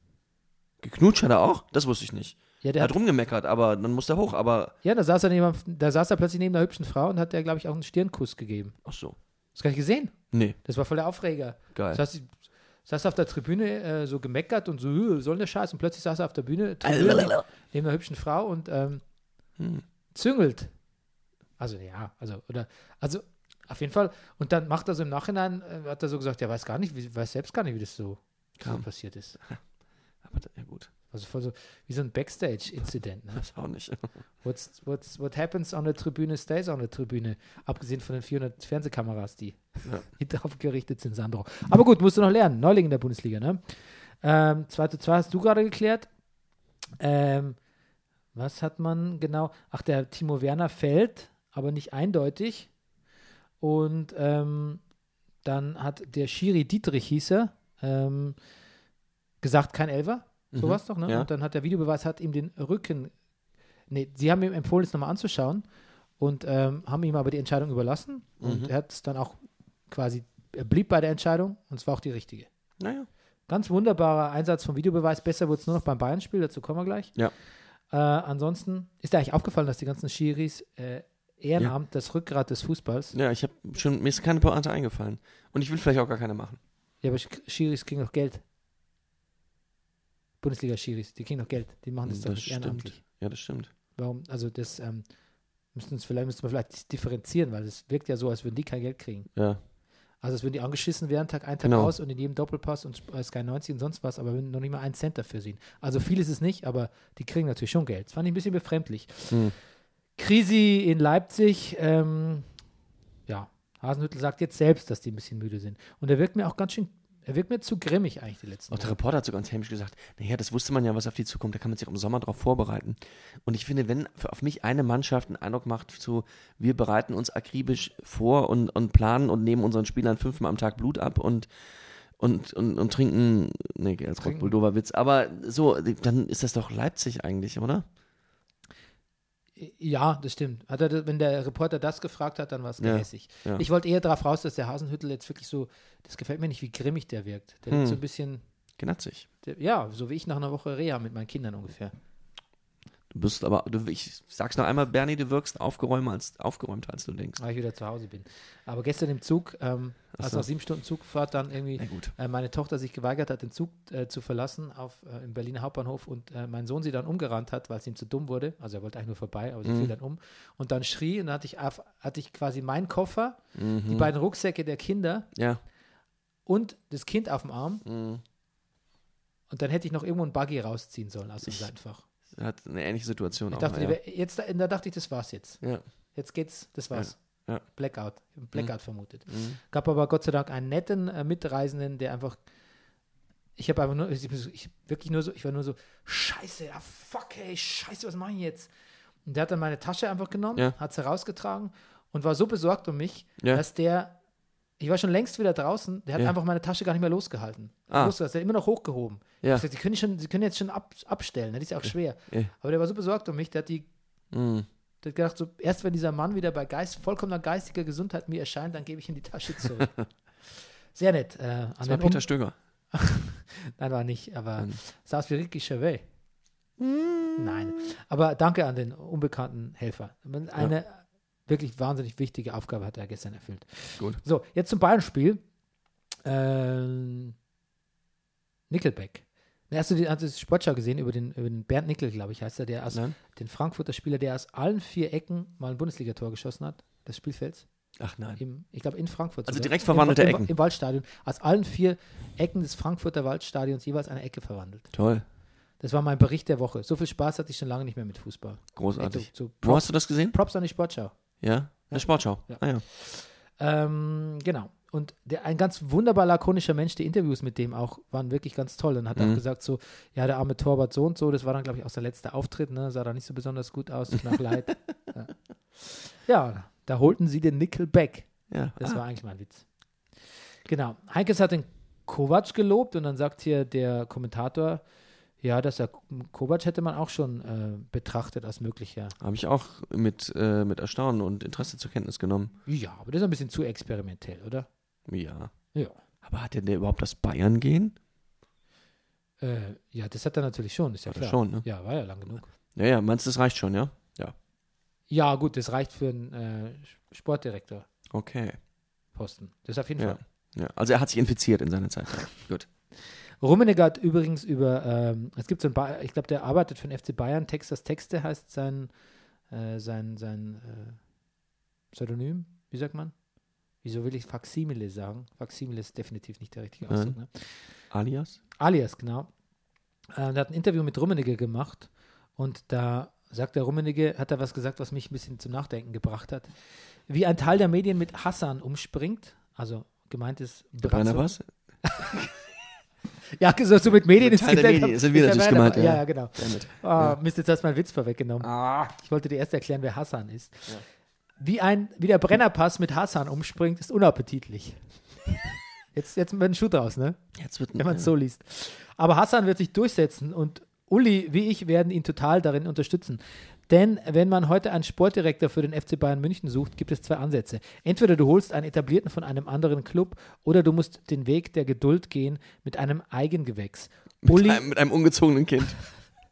Speaker 2: geknutscht hat er auch? Das wusste ich nicht.
Speaker 1: Ja, der
Speaker 2: Er
Speaker 1: hat,
Speaker 2: hat rumgemeckert, aber dann muss er hoch. Aber,
Speaker 1: ja da, saß er neben, da saß er plötzlich neben einer hübschen Frau und hat der, glaube ich, auch einen Stirnkuss gegeben.
Speaker 2: ach so.
Speaker 1: Hast du gar nicht gesehen?
Speaker 2: Nee,
Speaker 1: Das war voll der Aufreger.
Speaker 2: geil.
Speaker 1: Das heißt, ich saß auf der Tribüne äh, so gemeckert und so, "Äh, soll der Scheiß. Und plötzlich saß er auf der Bühne Tribüne, neben- neben einer hübschen Frau und ähm,
Speaker 2: Hm.
Speaker 1: züngelt. Also ja, also, oder, also auf jeden Fall. Und dann macht er so im Nachhinein, äh, hat er so gesagt, er weiß gar nicht, wie, weiß selbst gar nicht, wie das so, so
Speaker 2: Kam.
Speaker 1: passiert ist.
Speaker 2: aber, da- ja, gut.
Speaker 1: Also voll so, wie so ein Backstage-Inzident. Ne?
Speaker 2: Das auch nicht. <laughs>
Speaker 1: What's, what's, what happens on the Tribüne stays on the Tribüne. Abgesehen von den 400 Fernsehkameras, die <laughs>
Speaker 2: Ja.
Speaker 1: drauf gerichtet sind, Sandro. Aber gut, musst du noch lernen. Neuling in der Bundesliga, ne? Ähm, 2 zu 2 hast du gerade geklärt. Ähm, was hat man genau? Ach, der Timo Werner fällt, aber nicht eindeutig. Und ähm, dann hat der Schiri Dietrich, hieß er, ähm, gesagt, kein Elfer. So
Speaker 2: Mhm.
Speaker 1: war's doch, ne?
Speaker 2: Ja.
Speaker 1: Und dann hat der Videobeweis hat ihm den Rücken. Nee, sie haben ihm empfohlen, es nochmal anzuschauen und ähm, haben ihm aber die Entscheidung überlassen. Und
Speaker 2: Mhm.
Speaker 1: er hat es dann auch quasi, er blieb bei der Entscheidung und es war auch die richtige.
Speaker 2: Naja.
Speaker 1: Ganz wunderbarer Einsatz vom Videobeweis. Besser wurde es nur noch beim Bayern-Spiel, dazu kommen wir gleich.
Speaker 2: Ja.
Speaker 1: Äh, ansonsten ist dir eigentlich aufgefallen, dass die ganzen Schiris äh, Ehrenamt das Rückgrat des Fußballs.
Speaker 2: Ja, ich habe schon, mir ist keine Pointe eingefallen. Und ich will vielleicht auch gar keine machen.
Speaker 1: Ja, aber Sch- Schiris kriegen doch Geld. Bundesliga-Schiris, die kriegen doch Geld. Die machen das, doch nicht ehrenamtlich.
Speaker 2: stimmt. Ja, das stimmt.
Speaker 1: Warum? Also das ähm, müssen uns vielleicht müssen wir vielleicht differenzieren, weil es wirkt ja so, als würden die kein Geld kriegen.
Speaker 2: Ja.
Speaker 1: Also es würden die angeschissen wären, Tag ein, Tag
Speaker 2: Genau.
Speaker 1: aus und in jedem Doppelpass und bei Sky 90 und sonst was, aber würden noch nicht mal einen Cent dafür sehen. Also viel ist es nicht, aber die kriegen natürlich schon Geld. Das fand ich ein bisschen befremdlich.
Speaker 2: Hm.
Speaker 1: Krisi in Leipzig, ähm, ja, Hasenhüttl sagt jetzt selbst, dass die ein bisschen müde sind. Und er wirkt mir auch ganz schön, er wirkt mir zu grimmig eigentlich die letzten
Speaker 2: Auch der
Speaker 1: Wochen.
Speaker 2: Reporter hat so ganz hämisch gesagt, naja, das wusste man ja, was auf die zukommt, da kann man sich auch im Sommer drauf vorbereiten. Und ich finde, wenn für, auf mich eine Mannschaft einen Eindruck macht, so, wir bereiten uns akribisch vor und, und planen und nehmen unseren Spielern fünfmal am Tag Blut ab und, und, und, und trinken, nee, als
Speaker 1: Trinken.
Speaker 2: Rockbull, dober Witz, aber so, dann ist das doch Leipzig eigentlich, oder?
Speaker 1: Ja, das stimmt. Hat er, das- wenn der Reporter das gefragt hat, dann war es
Speaker 2: Ja,
Speaker 1: gehässig.
Speaker 2: ja.
Speaker 1: Ich wollte eher darauf raus, dass der Hasenhüttel jetzt wirklich so, das gefällt mir nicht, wie grimmig der wirkt. Der
Speaker 2: Hm.
Speaker 1: wirkt so ein bisschen,
Speaker 2: Genatzig.
Speaker 1: der, ja, so wie ich nach einer Woche Reha mit meinen Kindern ungefähr.
Speaker 2: Du bist aber, du, ich sag's noch einmal, Bernie, du wirkst aufgeräumter als, aufgeräumter, als du denkst.
Speaker 1: weil ich wieder zu Hause bin. Aber gestern im Zug, ähm, also
Speaker 2: so.
Speaker 1: nach sieben Stunden Zugfahrt, dann irgendwie
Speaker 2: Na gut.
Speaker 1: äh, meine Tochter sich geweigert hat, den Zug äh, zu verlassen auf, äh, im Berliner Hauptbahnhof und äh, mein Sohn sie dann umgerannt hat, weil es ihm zu dumm wurde. Also er wollte eigentlich nur vorbei, aber sie
Speaker 2: Mhm.
Speaker 1: fiel dann um und dann schrie und dann hatte ich, auf- hatte ich quasi meinen Koffer, die
Speaker 2: Mhm.
Speaker 1: beiden Rucksäcke der Kinder
Speaker 2: Ja.
Speaker 1: und das Kind auf dem Arm.
Speaker 2: Mhm.
Speaker 1: Und dann hätte ich noch irgendwo ein Buggy rausziehen sollen also aus dem Seitenfach.
Speaker 2: Hat eine ähnliche Situation
Speaker 1: Ich
Speaker 2: auch.
Speaker 1: dachte,
Speaker 2: mal,
Speaker 1: lieber- jetzt, da dachte ich, das war's jetzt.
Speaker 2: ja. ja.
Speaker 1: Jetzt geht's, das war's.
Speaker 2: Ja, Mhm. ja.
Speaker 1: Blackout. Blackout vermutet. Gab aber Gott sei Dank einen netten äh, Mitreisenden, der einfach. Ich habe einfach nur, ich, ich wirklich nur so, ich war nur so, Scheiße, ah, fuck, ey, Scheiße, was mache ich jetzt? Und der hat dann meine Tasche einfach genommen,
Speaker 2: Ja.
Speaker 1: hat sie rausgetragen und war so besorgt um mich,
Speaker 2: Ja.
Speaker 1: dass der, ich war schon längst wieder draußen, der hat
Speaker 2: Ja.
Speaker 1: einfach meine Tasche gar nicht mehr losgehalten.
Speaker 2: Ah.
Speaker 1: Losgelassen, der hat immer noch hochgehoben.
Speaker 2: Ja.
Speaker 1: Ich hab gesagt, sie können, die schon, sie können jetzt schon ab, abstellen, das ist ja auch schwer.
Speaker 2: Ja.
Speaker 1: Aber der war so besorgt um mich, der hat die
Speaker 2: Mhm.
Speaker 1: der hat gedacht, so, erst wenn dieser Mann wieder bei Geist, vollkommener geistiger Gesundheit mir erscheint, dann gebe ich ihm die Tasche zurück.
Speaker 2: <laughs>
Speaker 1: Sehr nett. Äh, an
Speaker 2: Das war
Speaker 1: den um
Speaker 2: Peter Stöger.
Speaker 1: Nein, war nicht, aber
Speaker 2: Hm.
Speaker 1: saß wie Ricky Gervais. Nein. Aber danke an den unbekannten Helfer. Man- Eine wirklich wahnsinnig wichtige Aufgabe hat er gestern erfüllt.
Speaker 2: Gut.
Speaker 1: So, jetzt zum Bayern-Spiel. Ähm, Nickelback. Na, Hast du, die, hast du die Sportschau gesehen über den, über den Bernd Nickel, glaube ich, heißt er, der aus,
Speaker 2: Nein.
Speaker 1: den Frankfurter Spieler, der aus allen vier Ecken mal ein Bundesligator geschossen hat, des Spielfelds,
Speaker 2: Ach nein.
Speaker 1: im, ich glaube in Frankfurt.
Speaker 2: Also
Speaker 1: sogar.
Speaker 2: direkt verwandelte
Speaker 1: Im,
Speaker 2: Ecken.
Speaker 1: Im, Im Waldstadion. Aus allen vier Ecken des Frankfurter Waldstadions jeweils eine Ecke verwandelt.
Speaker 2: Toll.
Speaker 1: Das war mein Bericht der Woche. So viel Spaß hatte ich schon lange nicht mehr mit Fußball.
Speaker 2: Großartig.
Speaker 1: Ey, du- du-
Speaker 2: Wo hast du das gesehen?
Speaker 1: Props an die Sportschau.
Speaker 2: Ja. In der Sportschau.
Speaker 1: Ja.
Speaker 2: Ah ja.
Speaker 1: Ähm, genau. Und der, ein ganz wunderbar lakonischer Mensch, die Interviews mit dem auch waren wirklich ganz toll. Und
Speaker 2: Mhm.
Speaker 1: hat auch gesagt, so, ja, der arme Torwart so und so, das war dann, glaube ich, auch sein letzter Auftritt, ne? sah da nicht so besonders gut aus, tut nach Leid.
Speaker 2: <laughs>
Speaker 1: ja. ja, da holten sie den Nickelback.
Speaker 2: Ja.
Speaker 1: Das
Speaker 2: ah.
Speaker 1: war eigentlich mein Witz. Genau. Heinkes hat den Kovac gelobt und dann sagt hier der Kommentator, ja, dass er Kovac hätte man auch schon äh, betrachtet als möglicher.
Speaker 2: Habe ich auch mit, äh, mit Erstaunen und Interesse zur Kenntnis genommen.
Speaker 1: Ja, aber das ist ein bisschen zu experimentell, oder?
Speaker 2: Ja.
Speaker 1: Ja.
Speaker 2: Aber hat der denn überhaupt das Bayern gehen?
Speaker 1: Äh, ja, das hat er natürlich schon, ist ja
Speaker 2: Hat er
Speaker 1: klar.
Speaker 2: schon, ne?
Speaker 1: Ja, war ja lang genug.
Speaker 2: Naja, meinst du, das reicht schon, ja?
Speaker 1: Ja, gut, das reicht für einen äh, Sportdirektor-Posten.
Speaker 2: Okay.
Speaker 1: Das auf jeden
Speaker 2: Ja.
Speaker 1: Fall.
Speaker 2: ja. Also er hat sich infiziert in seiner Zeit. Gut.
Speaker 1: Rummenigge hat übrigens über, ähm, es gibt so ein, ba ich glaube, der arbeitet für den FC Bayern, Texas Texte heißt sein, äh, sein, sein äh, Pseudonym, wie sagt man? Wieso will ich Faksimile sagen? Faksimile ist definitiv nicht der richtige
Speaker 2: Nein.
Speaker 1: Ausdruck. Ne?
Speaker 2: Alias?
Speaker 1: Alias, genau. Äh, der hat ein Interview mit Rummenigge gemacht und da sagt der Rummenigge, hat er was gesagt, was mich ein bisschen zum Nachdenken gebracht hat. Wie ein Teil der Medien mit Hassan umspringt, also gemeint ist
Speaker 2: Rainer
Speaker 1: Brazzo-
Speaker 2: was?
Speaker 1: Ja, so, so mit Medien
Speaker 2: Mit Teil der Medien, das sind wir
Speaker 1: ist der
Speaker 2: natürlich
Speaker 1: Werner-
Speaker 2: gemeint,
Speaker 1: Ja,
Speaker 2: ja.
Speaker 1: ja, genau.
Speaker 2: Damit.
Speaker 1: Ah, Mist, jetzt hast du meinen Witz vorweggenommen.
Speaker 2: Ah.
Speaker 1: Ich wollte dir erst erklären, wer Hassan ist. Wie, ein, wie der Brennerpass mit Hassan umspringt, ist unappetitlich. jetzt, jetzt mit dem Schuh draus, ne?
Speaker 2: Jetzt wird
Speaker 1: wenn man es so liest. Aber Hassan wird sich durchsetzen und Uli wie ich werden ihn total darin unterstützen. Denn wenn man heute einen Sportdirektor für den FC Bayern München sucht, gibt es zwei Ansätze. Entweder du holst einen etablierten von einem anderen Club oder du musst den Weg der Geduld gehen mit einem Eigengewächs. Uli,
Speaker 2: mit, einem, Äh, mit einem ungezogenen Kind.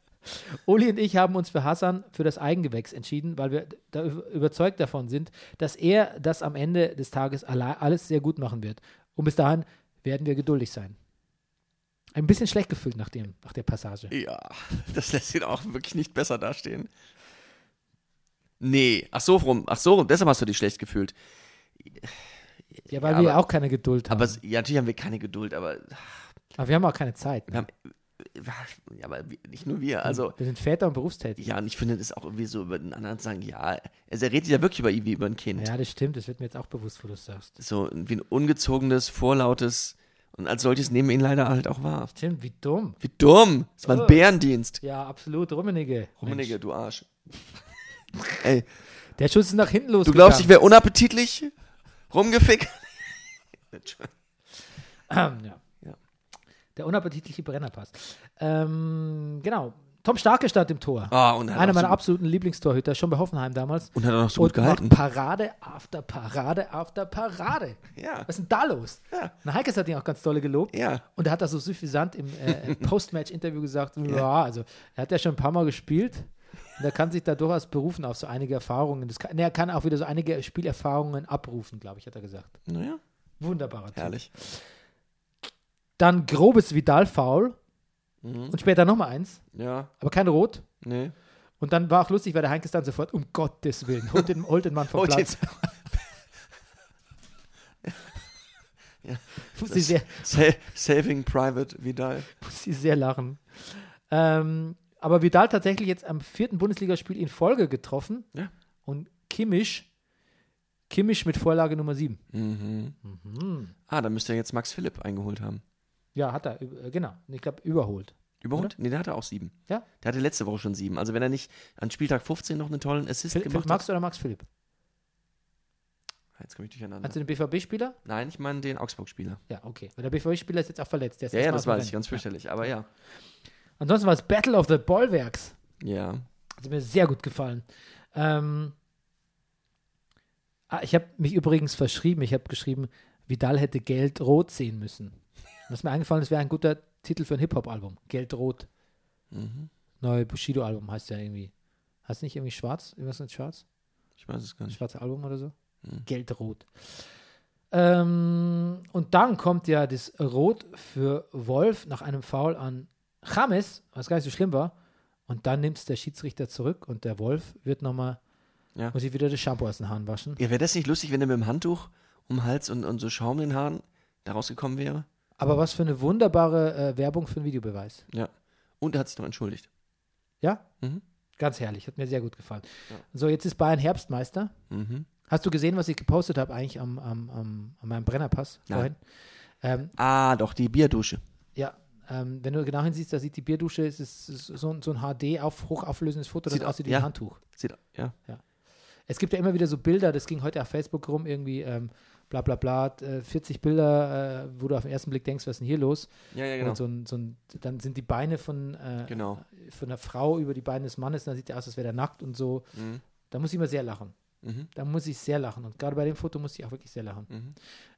Speaker 2: <laughs>
Speaker 1: Uli und ich haben uns für Hassan für das Eigengewächs entschieden, weil wir da ü- überzeugt davon sind, dass er das am Ende des Tages alle- alles sehr gut machen wird. Und bis dahin werden wir geduldig sein. Ein bisschen schlecht gefühlt nach, dem, nach der Passage.
Speaker 2: Ja, das lässt ihn auch wirklich nicht besser dastehen. Nee, ach so rum, ach so rum, deshalb hast du dich schlecht gefühlt.
Speaker 1: Ja, weil
Speaker 2: Ja,
Speaker 1: wir
Speaker 2: aber-
Speaker 1: auch keine Geduld haben.
Speaker 2: Aber
Speaker 1: Aber,
Speaker 2: es- ja, natürlich haben wir keine Geduld, aber,
Speaker 1: wir haben auch keine Zeit.
Speaker 2: wir haben, ja, aber wir- nicht nur wir. Also,
Speaker 1: wir sind Väter und berufstätig.
Speaker 2: ja, und ich finde das auch irgendwie so über den anderen sagen, ja, also er redet ja wirklich über ihn wie über ein Kind.
Speaker 1: Ja, das stimmt. Das wird mir jetzt auch bewusst, wo du es sagst.
Speaker 2: So wie ein ungezogenes, vorlautes und als solches nehmen wir ihn leider halt auch wahr.
Speaker 1: Tim, wie dumm.
Speaker 2: Wie dumm. Das war ein
Speaker 1: Oh.
Speaker 2: Bärendienst.
Speaker 1: Ja, absolut. Rummenige.
Speaker 2: Rummenigge, du Arsch. Ey,
Speaker 1: Mensch. Der Schuss ist nach hinten los.
Speaker 2: du glaubst, ich wäre unappetitlich? Rumgefickt?
Speaker 1: <clears throat> ja.
Speaker 2: Ja.
Speaker 1: Der unappetitliche Brennerpass. Ähm, genau. Tom Starke stand im Tor.
Speaker 2: Ah, und hat
Speaker 1: Einer
Speaker 2: auch
Speaker 1: meiner
Speaker 2: so-
Speaker 1: absoluten Lieblingstorhüter, schon bei Hoffenheim damals.
Speaker 2: Und hat auch noch so
Speaker 1: und
Speaker 2: gut gehalten.
Speaker 1: macht Parade after Parade after Parade.
Speaker 2: Ja.
Speaker 1: Was ist denn da los?
Speaker 2: Ja.
Speaker 1: Na, Heikes hat ihn auch ganz dolle gelobt.
Speaker 2: Ja.
Speaker 1: Und er hat das so suffisant im
Speaker 2: <laughs>
Speaker 1: äh, Postmatch-Interview gesagt, ja. also er hat ja schon ein paar Mal gespielt. Und er kann sich da durchaus berufen auf so einige Erfahrungen. Das kann, nee, er kann auch wieder so einige Spielerfahrungen abrufen, glaube ich, hat er gesagt.
Speaker 2: Naja,
Speaker 1: Wunderbarer Typ.
Speaker 2: herrlich.
Speaker 1: Dann grobes Vidal-Foul.
Speaker 2: Mhm.
Speaker 1: Und später nochmal eins,
Speaker 2: Ja,
Speaker 1: aber kein Rot.
Speaker 2: nee.
Speaker 1: Und dann war auch lustig, weil der Heinkes dann sofort, um Gottes Willen, holt den, holt den Mann vom
Speaker 2: <laughs> Holt den-
Speaker 1: Platz. Muss ich sehr,
Speaker 2: Sa Saving Private Vidal.
Speaker 1: muss ich sehr lachen. Ähm, aber Vidal tatsächlich jetzt am vierten Bundesligaspiel in Folge getroffen.
Speaker 2: Ja.
Speaker 1: Und Kimmich, Kimmich mit Vorlage Nummer 7.
Speaker 2: Mhm.
Speaker 1: Mhm.
Speaker 2: Ah, da müsste er jetzt Max Philipp eingeholt haben.
Speaker 1: Ja, hat er, äh, genau. Ich glaube, überholt.
Speaker 2: Überholt? Nee, der hatte auch sieben.
Speaker 1: Ja?
Speaker 2: Der hatte letzte Woche schon sieben. Also wenn er nicht an Spieltag 15 noch einen tollen Assist
Speaker 1: Philipp,
Speaker 2: gemacht
Speaker 1: Max oder Max Philipp?
Speaker 2: hat. Jetzt komme ich durcheinander.
Speaker 1: Meinst du den BVB-Spieler?
Speaker 2: Nein, ich meine den Augsburg-Spieler.
Speaker 1: Ja, okay. Weil der BVB-Spieler ist jetzt auch verletzt. Der ist
Speaker 2: Ja,
Speaker 1: jetzt
Speaker 2: ja,
Speaker 1: mal
Speaker 2: das
Speaker 1: auf dem
Speaker 2: weiß ich,
Speaker 1: Rennen.
Speaker 2: ganz fürchterlich. Aber ja.
Speaker 1: Ansonsten war es Battle of the Ballwerks.
Speaker 2: Ja.
Speaker 1: Hat mir sehr gut gefallen. Ähm, ah, ich habe mich übrigens verschrieben. Ich habe geschrieben, Vidal hätte Geld rot sehen müssen. Und Was mir eingefallen ist, wäre ein guter Titel für ein Hip-Hop-Album. Geld rot. Neue Bushido-Album heißt ja irgendwie. Heißt nicht irgendwie schwarz? Irgendwas mit schwarz?
Speaker 2: Ich weiß es gar nicht.
Speaker 1: Schwarze Album oder so?
Speaker 2: Hm.
Speaker 1: Geld rot. Ähm, und dann kommt ja das Rot für Wolf nach einem Foul an Chames, was gar nicht so schlimm war. Und dann nimmt es der Schiedsrichter zurück und der Wolf wird nochmal,
Speaker 2: Ja.
Speaker 1: muss ich wieder das Shampoo aus den Haaren waschen.
Speaker 2: Ja, wäre das nicht lustig, wenn er mit dem Handtuch um den Hals und, und so Schaum in den Haaren da rausgekommen wäre?
Speaker 1: Aber was für eine wunderbare äh, Werbung für einen Videobeweis.
Speaker 2: Ja. Und er hat sich noch entschuldigt.
Speaker 1: Ja?
Speaker 2: Mhm.
Speaker 1: Ganz herrlich, hat mir sehr gut gefallen. So, jetzt ist Bayern Herbstmeister.
Speaker 2: Mhm.
Speaker 1: Hast du gesehen, was ich gepostet habe eigentlich am, am, am, an meinem Brennerpass
Speaker 2: Nein.
Speaker 1: vorhin? Ähm,
Speaker 2: Ah, doch, die Bierdusche.
Speaker 1: Ja, ähm, wenn du genau hinsiehst, da sieht die Bierdusche, es ist, es ist so, ein- so ein HD, auf, hochauflösendes Foto, das
Speaker 2: Sieht au-
Speaker 1: aussieht wie
Speaker 2: ja.
Speaker 1: ein Handtuch.
Speaker 2: Sieht, ja.
Speaker 1: Es gibt ja immer wieder so Bilder, das ging heute auf Facebook rum, irgendwie ähm, bla bla bla, äh, 40 Bilder, äh, wo du auf den ersten Blick denkst, was ist denn hier los?
Speaker 2: Ja, ja,
Speaker 1: Und so ein, so ein, dann sind die Beine von, äh,
Speaker 2: Genau.
Speaker 1: von der Frau über die Beine des Mannes, dann sieht der aus, als wäre der nackt und so.
Speaker 2: Mhm.
Speaker 1: Da muss ich immer sehr lachen.
Speaker 2: Mhm.
Speaker 1: Da muss ich sehr lachen. Und gerade bei dem Foto musste ich auch wirklich sehr lachen.
Speaker 2: Mhm.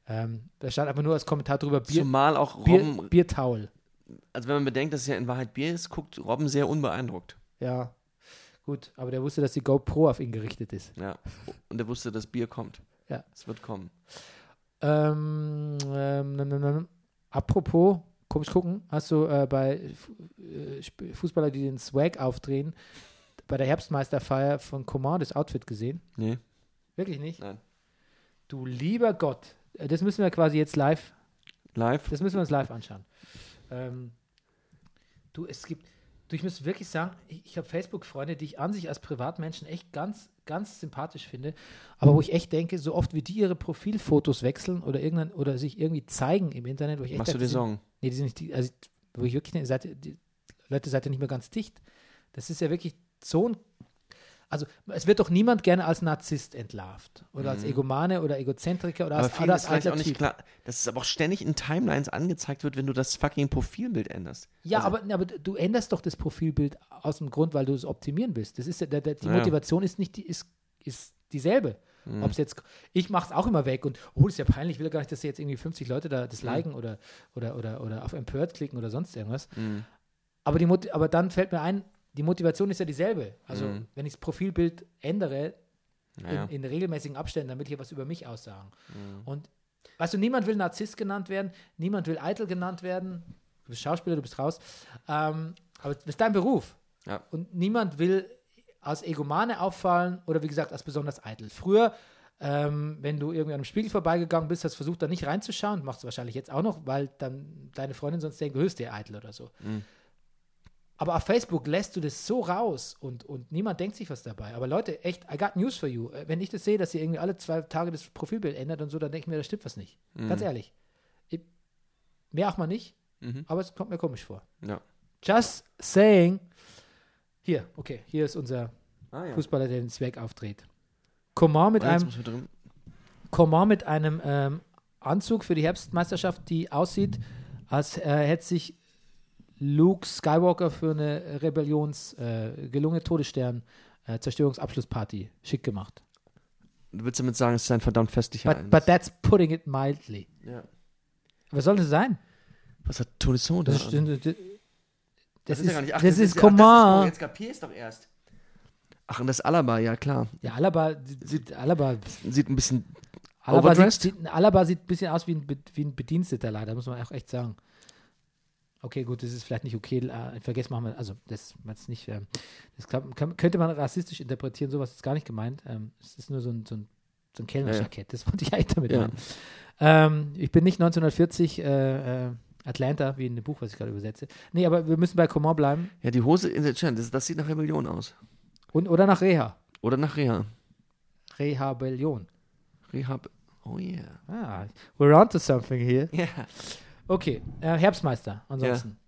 Speaker 1: Ähm, da stand einfach nur als Kommentar drüber Bier,
Speaker 2: Zumal auch Robben,
Speaker 1: Bier, Biertaul.
Speaker 2: also wenn man bedenkt, dass es ja in Wahrheit Bier ist, guckt Robben sehr unbeeindruckt.
Speaker 1: Ja, gut, aber der wusste, dass die GoPro auf ihn gerichtet ist.
Speaker 2: Ja. Und er wusste, dass Bier kommt.
Speaker 1: Ja.
Speaker 2: Es wird kommen.
Speaker 1: Ähm, ähm, nam, nam, nam. apropos, komisch gucken, hast du äh, bei F- äh, Sp- Fußballer, die den Swag aufdrehen, bei der Herbstmeisterfeier von Coman das Outfit gesehen?
Speaker 2: Nee.
Speaker 1: Wirklich nicht?
Speaker 2: Nein.
Speaker 1: Du lieber Gott, Äh, das müssen wir quasi jetzt live,
Speaker 2: Live?
Speaker 1: das müssen wir uns live anschauen. Ähm, du, es gibt, du, ich muss wirklich sagen, ich, ich habe Facebook-Freunde, die ich an sich als Privatmenschen echt ganz, ganz sympathisch finde, aber wo ich echt denke, so oft wie die ihre Profilfotos wechseln oder irgendwann oder sich irgendwie zeigen im Internet, wo ich echt
Speaker 2: Machst
Speaker 1: dachte,
Speaker 2: du den
Speaker 1: die sind-
Speaker 2: Song?
Speaker 1: Nee, die sind nicht, die, also wo ich wirklich, seid, ihr- die Leute, seid ihr nicht mehr ganz dicht. Das ist ja wirklich so ein, also es wird doch niemand gerne als Narzisst entlarvt oder als Egomane oder Egozentriker oder
Speaker 2: Mhm. Aber
Speaker 1: als,
Speaker 2: vielen
Speaker 1: oder
Speaker 2: ist
Speaker 1: als
Speaker 2: vielleicht
Speaker 1: alter
Speaker 2: auch nicht
Speaker 1: Typ.
Speaker 2: klar, dass es aber auch ständig in Timelines angezeigt wird, wenn du das fucking Profilbild änderst.
Speaker 1: Ja,
Speaker 2: Also-
Speaker 1: aber, aber du änderst doch das Profilbild aus dem Grund, weil du es optimieren willst. Das ist, ja- der, der, die
Speaker 2: Ja, Mhm. ja.
Speaker 1: Motivation ist nicht die, ist, ist dieselbe. Ob's jetzt, ich mache es auch immer weg und oh, das ist ja peinlich, ich will ja gar nicht, dass jetzt irgendwie 50 Leute da das
Speaker 2: Mhm.
Speaker 1: liken oder, oder, oder, oder auf empört klicken oder sonst irgendwas.
Speaker 2: Mhm.
Speaker 1: Aber, die Mot aber dann fällt mir ein, die Motivation ist ja dieselbe. Also
Speaker 2: Mhm.
Speaker 1: wenn ich das Profilbild ändere
Speaker 2: Naja.
Speaker 1: in, in regelmäßigen Abständen, damit hier was über mich aussagen.
Speaker 2: Mhm.
Speaker 1: Und weißt du, niemand will Narzisst genannt werden, niemand will eitel genannt werden. Du bist Schauspieler, du bist raus. Ähm, aber das ist dein Beruf.
Speaker 2: Ja.
Speaker 1: Und niemand will als Egomane auffallen oder wie gesagt als besonders eitel. Früher Ähm, wenn du irgendwie an einem Spiegel vorbeigegangen bist, hast versucht, da nicht reinzuschauen, machst du wahrscheinlich jetzt auch noch, weil dann deine Freundin sonst denkt, du hörst dir eitel oder so. Aber auf Facebook lässt du das so raus und, und niemand denkt sich was dabei. Aber Leute, echt, I got news for you. Äh, Wenn ich das sehe, dass ihr irgendwie alle zwei Tage das Profilbild ändert und so, dann denke ich mir, da stimmt was nicht. Ganz ehrlich. Ich, mehr auch mal nicht, aber es kommt mir komisch vor.
Speaker 2: Ja.
Speaker 1: Just saying. Hier, okay, hier ist unser
Speaker 2: Ah, ja.
Speaker 1: Fußballer, der den Zweck auftritt. Coman mit
Speaker 2: Ah, jetzt
Speaker 1: einem,
Speaker 2: muss man drin.
Speaker 1: Coman mit einem ähm, Anzug für die Herbstmeisterschaft, die aussieht, als äh, hätte sich Luke Skywalker für eine Rebellions äh, gelungene Todesstern äh, Zerstörungsabschlussparty schick gemacht.
Speaker 2: Du willst damit sagen, es ist ein verdammt festlicher
Speaker 1: But, but that's putting it mildly.
Speaker 2: Ja.
Speaker 1: Was soll das sein?
Speaker 2: Was hat Tolisso da?
Speaker 1: Das, ist-
Speaker 2: an?
Speaker 1: das, das,
Speaker 2: Das
Speaker 1: ist,
Speaker 2: ja gar nicht- ach,
Speaker 1: das ist,
Speaker 2: ja- ach,
Speaker 1: Coman.
Speaker 2: oh, Jetzt kapierst doch erst. Ach, und das Alaba, ja klar.
Speaker 1: ja, Alaba, Alaba,
Speaker 2: Sieht ein bisschen
Speaker 1: Alaba sieht,
Speaker 2: Overdressed?
Speaker 1: sieht, Alaba sieht ein bisschen aus wie ein, Be- wie ein Bediensteter, leider, muss man auch echt sagen. Okay, gut, das ist vielleicht nicht okay. Äh, vergessen machen wir, also das meinst nicht, ähm, das kann, kann, könnte man rassistisch interpretieren, sowas ist gar nicht gemeint. Ähm, es ist nur so ein, so ein, so ein Kellnerjackett, das wollte ich eigentlich damit
Speaker 2: Ja.
Speaker 1: meinen. Ähm, ich bin nicht 1940 äh, äh, Atlanta, wie in dem Buch, was ich gerade übersetze. Nee, aber wir müssen bei Coman bleiben
Speaker 2: Ja, die Hose in der Chan, das, das sieht nach Rebellion aus.
Speaker 1: und, oder nach Reha.
Speaker 2: Oder nach Reha.
Speaker 1: Rehabellion.
Speaker 2: Rehab. Oh yeah.
Speaker 1: Ah, we're onto something here.
Speaker 2: Ja.
Speaker 1: Okay, äh, Herbstmeister ansonsten.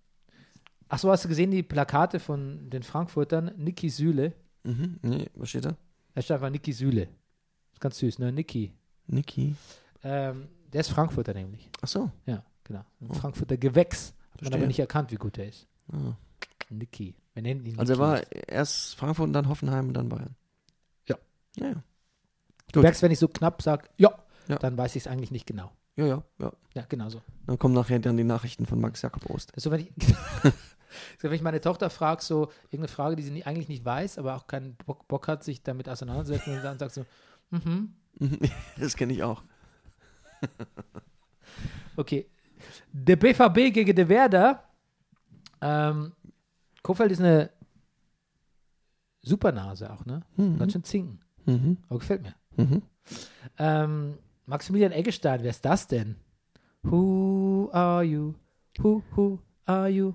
Speaker 1: Ach so, hast du gesehen die Plakate von den Frankfurtern? Niki Sühle.
Speaker 2: Mhm. Nee, was steht da?
Speaker 1: Da steht einfach Niki Sühle. Ist ganz süß, ne? Niki.
Speaker 2: Niki.
Speaker 1: Ähm, der ist Frankfurter nämlich.
Speaker 2: Ach so.
Speaker 1: Ja, genau. Ein Frankfurter Gewächs. Hat man aber
Speaker 2: Oh. Verstehe.
Speaker 1: nicht erkannt, wie gut er ist.
Speaker 2: Ah.
Speaker 1: Niki. Wir nennen ihn
Speaker 2: Also er
Speaker 1: Niki.
Speaker 2: war erst Frankfurt und dann Hoffenheim und dann Bayern.
Speaker 1: Ja.
Speaker 2: Ja,
Speaker 1: Du merkst, wenn ich so knapp sage, ja,
Speaker 2: Ja.
Speaker 1: dann weiß ich es eigentlich nicht genau.
Speaker 2: ja, ja. ja.
Speaker 1: Ja, genau so.
Speaker 2: Dann kommen nachher dann die Nachrichten von Max Jakob Ost.
Speaker 1: Das
Speaker 2: <laughs>
Speaker 1: ist so, wenn ich, Das ist, wenn ich meine Tochter frage, so irgendeine Frage, die sie nie, eigentlich nicht weiß, aber auch keinen Bock, Bock hat, sich damit auseinanderzusetzen und dann sagt so, mhm,
Speaker 2: das kenne ich auch.
Speaker 1: Okay. Der BVB gegen den Werder. Ähm, Kofeld ist eine Supernase auch, ne?
Speaker 2: Mhm.
Speaker 1: Ganz schön zinken. Aber gefällt mir. Ähm, Maximilian Eggestein, wer ist das denn? Who are you? Who, who are you?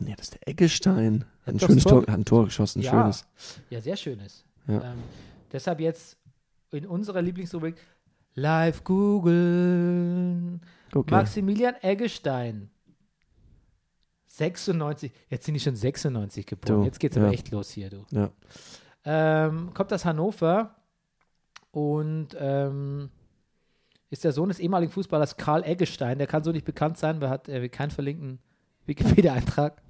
Speaker 2: Ja, das ist der Eggestein. Hat ein
Speaker 1: doch
Speaker 2: schönes
Speaker 1: Tor-
Speaker 2: Tor, hat ein Tor geschossen, ein
Speaker 1: Ja.
Speaker 2: schönes.
Speaker 1: Ja, sehr schönes.
Speaker 2: Ja.
Speaker 1: Ähm, deshalb jetzt in unserer Lieblingsrubrik Live googeln.
Speaker 2: Guck mal.
Speaker 1: Maximilian Eggestein. 96. Jetzt sind die schon 96 geboren.
Speaker 2: Du,
Speaker 1: Jetzt geht's aber
Speaker 2: ja.
Speaker 1: echt los hier, du.
Speaker 2: Ja.
Speaker 1: Ähm, kommt aus Hannover und ähm, ist der Sohn des ehemaligen Fußballers Karl Eggestein. Der kann so nicht bekannt sein, weil er hat äh, keinen verlinkten Wikipedia-Eintrag.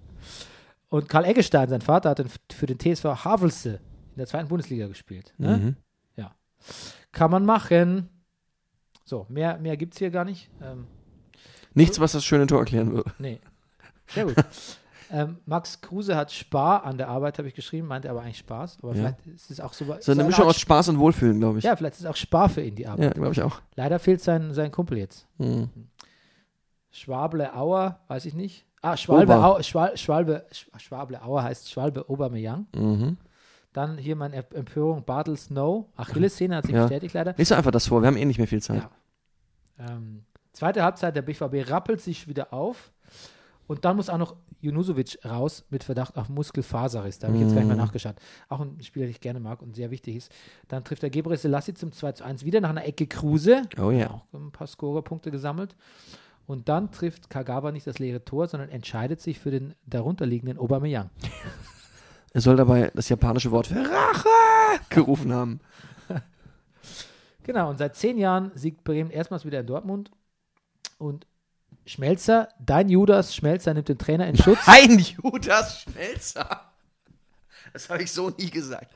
Speaker 1: Und Karl Eggestein, sein Vater, hat den, für den TSV Havelse in der zweiten Bundesliga gespielt. Ne?
Speaker 2: Mhm.
Speaker 1: Ja. Kann man machen. So, mehr, mehr gibt es hier gar nicht. Ähm,
Speaker 2: Nichts, was das schöne Tor erklären würde.
Speaker 1: Nee. Sehr gut. <laughs> ähm, Max Kruse hat Spar an der Arbeit, habe ich geschrieben, meinte aber eigentlich Spaß. Aber
Speaker 2: Ja.
Speaker 1: vielleicht ist es auch so.
Speaker 2: So eine Mischung aus Spaß und Wohlfühlen, glaube ich.
Speaker 1: Ja, vielleicht ist es auch Spar für ihn die Arbeit.
Speaker 2: ja glaube ich auch.
Speaker 1: Leider fehlt sein, sein Kumpel jetzt.
Speaker 2: Mhm.
Speaker 1: Schwable Auer, weiß ich nicht. Ah, Schwalbe,
Speaker 2: Ober.
Speaker 1: Au, Schwal, Schwalbe, Sch- Schwable Auer heißt Schwalbe Obermeyang.
Speaker 2: Mhm.
Speaker 1: Dann hier meine Emp- Empörung, Bartel Snow. Achillessehne hat sich
Speaker 2: Ja.
Speaker 1: bestätigt leider.
Speaker 2: Lies doch einfach das vor, wir haben eh nicht mehr viel Zeit.
Speaker 1: Ja. Ähm, zweite Halbzeit, der BVB rappelt sich wieder auf. Und dann muss auch noch Junusovic raus mit Verdacht auf Muskelfaserriss. Da habe ich jetzt gar nicht mehr nachgeschaut. Auch ein Spieler, den ich gerne mag und sehr wichtig ist. Dann trifft der Gebre Selassie zum 2 zu 1 wieder nach einer Ecke Kruse.
Speaker 2: Oh ja.
Speaker 1: Auch ein paar Scorerpunkte gesammelt. Und dann trifft Kagawa nicht das leere Tor, sondern entscheidet sich für den darunterliegenden Aubameyang.
Speaker 2: Er soll dabei das japanische Wort für Rache <laughs> gerufen haben.
Speaker 1: Genau, und seit zehn Jahren siegt Bremen erstmals wieder in Dortmund. Und Schmelzer, dein Judas Schmelzer nimmt den Trainer in Schutz.
Speaker 2: Ein Judas Schmelzer. Das habe ich so nie gesagt.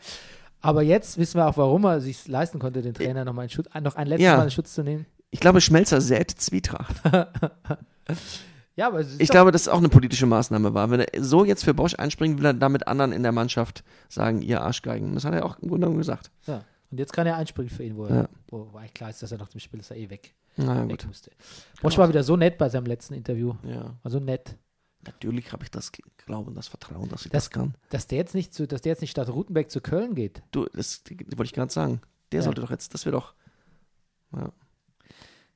Speaker 1: Aber jetzt wissen wir auch, warum er sich leisten konnte, den Trainer noch mal in Schutz, ah, noch ein letztes
Speaker 2: Ja.
Speaker 1: Mal in Schutz zu nehmen.
Speaker 2: Ich glaube, Schmelzer sät Zwietracht.
Speaker 1: Ja, aber es ist
Speaker 2: Ich
Speaker 1: doch,
Speaker 2: glaube, dass es auch eine politische Maßnahme war. Wenn er so jetzt für Bosch einspringt, will er damit anderen in der Mannschaft sagen, ihr Arschgeigen. Das hat er auch im Grunde genommen gesagt.
Speaker 1: ja. Und jetzt kann er einspringen für ihn, wo, er,
Speaker 2: Ja.
Speaker 1: wo, wo eigentlich klar ist, dass er nach dem Spiel ist er eh weg,
Speaker 2: Na ja,
Speaker 1: weg
Speaker 2: gut.
Speaker 1: musste. Bosch war wieder so nett bei seinem letzten Interview.
Speaker 2: Ja,
Speaker 1: War so nett.
Speaker 2: natürlich habe ich das G- Glauben, das Vertrauen, dass ich
Speaker 1: Das-
Speaker 2: das, kann.
Speaker 1: Dass der jetzt nicht zu, dass der jetzt nicht statt Rutenberg zu Köln geht.
Speaker 2: Du, das wollte ich gerade sagen. Der
Speaker 1: Ja.
Speaker 2: sollte doch jetzt, das wäre doch. Ja.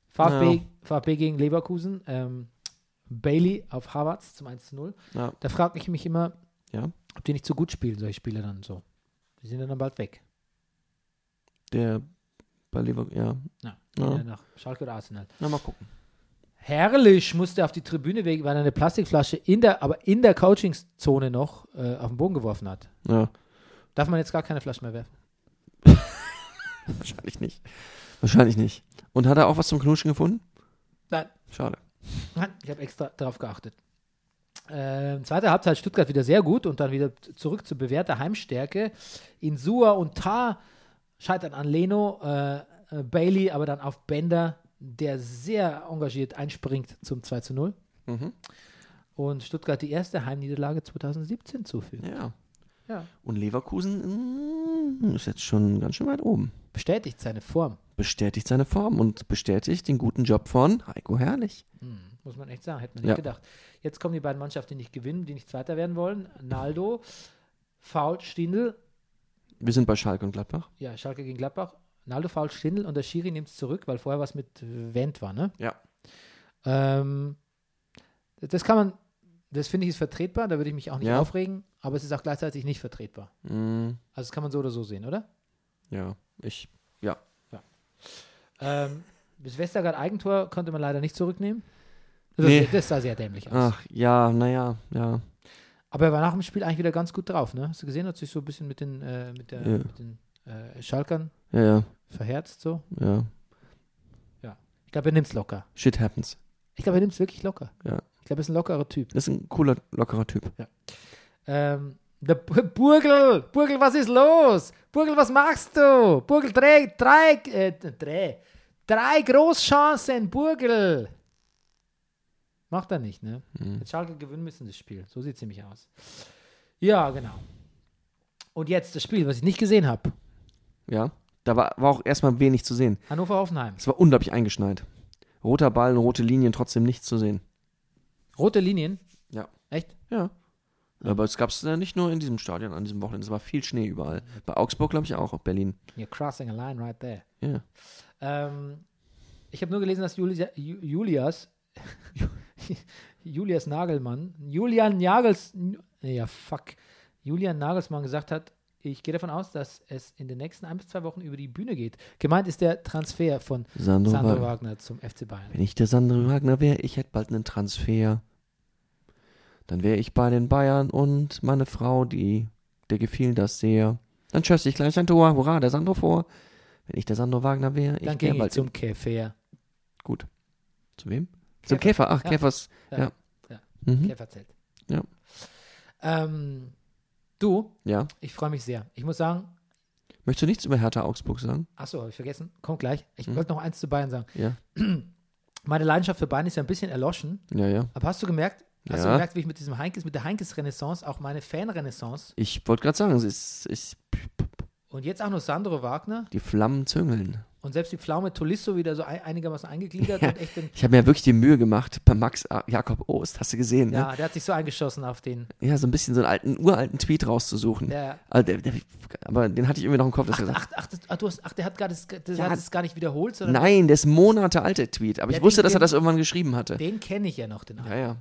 Speaker 1: VfB,
Speaker 2: Ja.
Speaker 1: VfB gegen Leverkusen. Ähm, Bailey auf Havertz zum 1 zu 0.
Speaker 2: Ja.
Speaker 1: Da frage ich mich immer,
Speaker 2: Ja.
Speaker 1: ob die nicht so gut spielen, solche Spieler dann so. Die sind dann bald weg.
Speaker 2: Der bei Leverkusen, ja.
Speaker 1: Ja.
Speaker 2: Ja.
Speaker 1: Ja, Nach Schalke oder Arsenal.
Speaker 2: Na, mal gucken.
Speaker 1: Herrlich musste auf die Tribüne wegen, weil er eine Plastikflasche in der, aber in der Coachingszone noch äh, auf den Boden geworfen hat.
Speaker 2: Ja,
Speaker 1: Darf man jetzt gar keine Flaschen mehr werfen?
Speaker 2: wahrscheinlich nicht. Wahrscheinlich nicht. Und hat er auch was zum Knutschen gefunden?
Speaker 1: Nein.
Speaker 2: Schade.
Speaker 1: Nein, ich habe extra darauf geachtet. Ähm, zweite Halbzeit Stuttgart wieder sehr gut und dann wieder t- zurück zur bewährter Heimstärke. Insua und Tar scheitern an Leno, äh, äh, Bailey aber dann auf Bender, der sehr engagiert einspringt zum 2 zu 0.
Speaker 2: Mhm.
Speaker 1: Und Stuttgart die erste Heimniederlage 2017 zufügt.
Speaker 2: Ja.
Speaker 1: Ja.
Speaker 2: Und Leverkusen mm, ist jetzt schon ganz schön weit oben.
Speaker 1: Bestätigt seine Form,
Speaker 2: Bestätigt seine Form und bestätigt den guten Job von Heiko Herrlich.
Speaker 1: muss man echt sagen, hätte man
Speaker 2: Ja.
Speaker 1: nicht gedacht. Jetzt kommen die beiden Mannschaften, die nicht gewinnen, die nicht Zweiter werden wollen. Naldo, Foul, Stindl
Speaker 2: Wir sind bei Schalke und Gladbach.
Speaker 1: Ja, Schalke gegen Gladbach. Naldo faul Stindl und der Schiri nimmt es zurück, weil vorher was mit Wendt war, ne?
Speaker 2: Ja.
Speaker 1: Ähm, das kann man, das finde ich ist vertretbar, da würde ich mich auch nicht
Speaker 2: Ja.
Speaker 1: aufregen, aber es ist auch gleichzeitig nicht vertretbar.
Speaker 2: Mm,
Speaker 1: Also das kann man so oder so sehen, oder?
Speaker 2: ja, ich.
Speaker 1: Ähm, das Westergaard Eigentor konnte man leider nicht zurücknehmen. Das,
Speaker 2: Nee. Ah.
Speaker 1: das sah sehr dämlich aus.
Speaker 2: Ach, ja, naja, ja.
Speaker 1: Aber er war nach dem Spiel eigentlich wieder ganz gut drauf, ne? Hast du gesehen, hat sich so ein bisschen mit den, äh, mit der,
Speaker 2: Ja.
Speaker 1: mit den äh, Schalkern
Speaker 2: Ja, ja,
Speaker 1: verherzt, so.
Speaker 2: ja.
Speaker 1: Ich glaube, er nimmt es locker.
Speaker 2: Shit happens.
Speaker 1: Ich glaube, er nimmt es wirklich locker.
Speaker 2: Ja.
Speaker 1: Ich glaube, er ist ein lockerer Typ.
Speaker 2: Das ist ein cooler, lockerer Typ.
Speaker 1: Ähm, der Bu- Burgel, Burgel, was ist los? Burgel, was machst du? Burgel, drei, drei, äh, drei, drei Großchancen, Burgel. Macht er nicht, ne?
Speaker 2: Hm.
Speaker 1: Hat Schalke gewinnen müssen das Spiel. So sieht es nämlich aus. Ja, genau. Und jetzt das Spiel, was ich nicht gesehen habe.
Speaker 2: Ja. Da war, war auch erstmal wenig zu sehen.
Speaker 1: Hannover-Hoffenheim.
Speaker 2: Es war unglaublich eingeschneit. Roter Ball und rote Linien, trotzdem nichts zu sehen.
Speaker 1: Rote Linien.
Speaker 2: Ja.
Speaker 1: Echt?
Speaker 2: Ja. Aber es gab es ja nicht nur in diesem Stadion an diesem Wochenende. Es war viel Schnee überall. Bei Augsburg, glaube ich, auch. Berlin.
Speaker 1: You're crossing a line right there.
Speaker 2: Ja.
Speaker 1: Ähm, ich habe nur gelesen, dass Julia, Ju- Julias <laughs> Julias Nagelmann, Julian Nagels, ja fuck, Julian Nagelsmann gesagt hat, ich gehe davon aus, dass es in den nächsten ein bis zwei Wochen über die Bühne geht. Gemeint ist der Transfer von
Speaker 2: Sandro,
Speaker 1: Sandro
Speaker 2: Wagner.
Speaker 1: Wagner zum FC Bayern.
Speaker 2: Wenn ich der Sandro Wagner wäre, ich hätte bald einen Transfer. Dann wäre ich bei den Bayern und meine Frau, die, der gefiel das sehr. Dann schöss ich gleich ein Tor. Hurra, der Sandro vor. Wenn ich der Sandro Wagner wäre, ich
Speaker 1: Dann
Speaker 2: wäre
Speaker 1: ging ich
Speaker 2: bald
Speaker 1: zum Käfer,
Speaker 2: Gut. Zu wem? Zum Käfer. Ach,
Speaker 1: Ja.
Speaker 2: Käfers.
Speaker 1: Ja.
Speaker 2: Ja.
Speaker 1: Ja.
Speaker 2: Mhm.
Speaker 1: Käferzelt.
Speaker 2: Ja.
Speaker 1: Ähm, du,
Speaker 2: ja.
Speaker 1: ich freue mich sehr. Ich muss sagen,
Speaker 2: Möchtest du nichts über Hertha Augsburg sagen?
Speaker 1: achso, habe ich vergessen, kommt gleich. Ich
Speaker 2: Mhm.
Speaker 1: wollte noch eins zu Bayern sagen.
Speaker 2: Ja.
Speaker 1: <clears throat> Meine Leidenschaft für Bayern ist ja ein bisschen erloschen.
Speaker 2: Ja, ja.
Speaker 1: Aber hast du gemerkt, hast du
Speaker 2: Ja.
Speaker 1: gemerkt, wie ich mit diesem Heinkes, mit der Heinkes-Renaissance, auch meine Fan-Renaissance
Speaker 2: Ich wollte gerade sagen, es ist, ist
Speaker 1: und jetzt auch noch Sandro Wagner
Speaker 2: die Flammen züngeln.
Speaker 1: und selbst die Pflaume Tolisso wieder so ein, einigermaßen eingegliedert und echt den,
Speaker 2: <laughs> Ich habe mir wirklich die Mühe gemacht bei Max A- Jakob Ost. Hast du gesehen, ne?
Speaker 1: ja, der hat sich so eingeschossen auf den,
Speaker 2: Ja, so ein bisschen so einen alten, uralten Tweet rauszusuchen.
Speaker 1: der,
Speaker 2: Also, der, der, aber den hatte ich irgendwie noch im Kopf, dass er
Speaker 1: ach,
Speaker 2: gesagt
Speaker 1: ach, das, ach, du hast, ach, der hat gar das, der
Speaker 2: Ja.
Speaker 1: hat das gar nicht wiederholt, sondern
Speaker 2: Nein, der ist Monate alte Tweet. Aber
Speaker 1: Ja,
Speaker 2: ich wusste,
Speaker 1: den-
Speaker 2: dass er
Speaker 1: den-
Speaker 2: das irgendwann geschrieben hatte.
Speaker 1: den kenne ich ja noch, den
Speaker 2: Ja,
Speaker 1: einen.
Speaker 2: ja.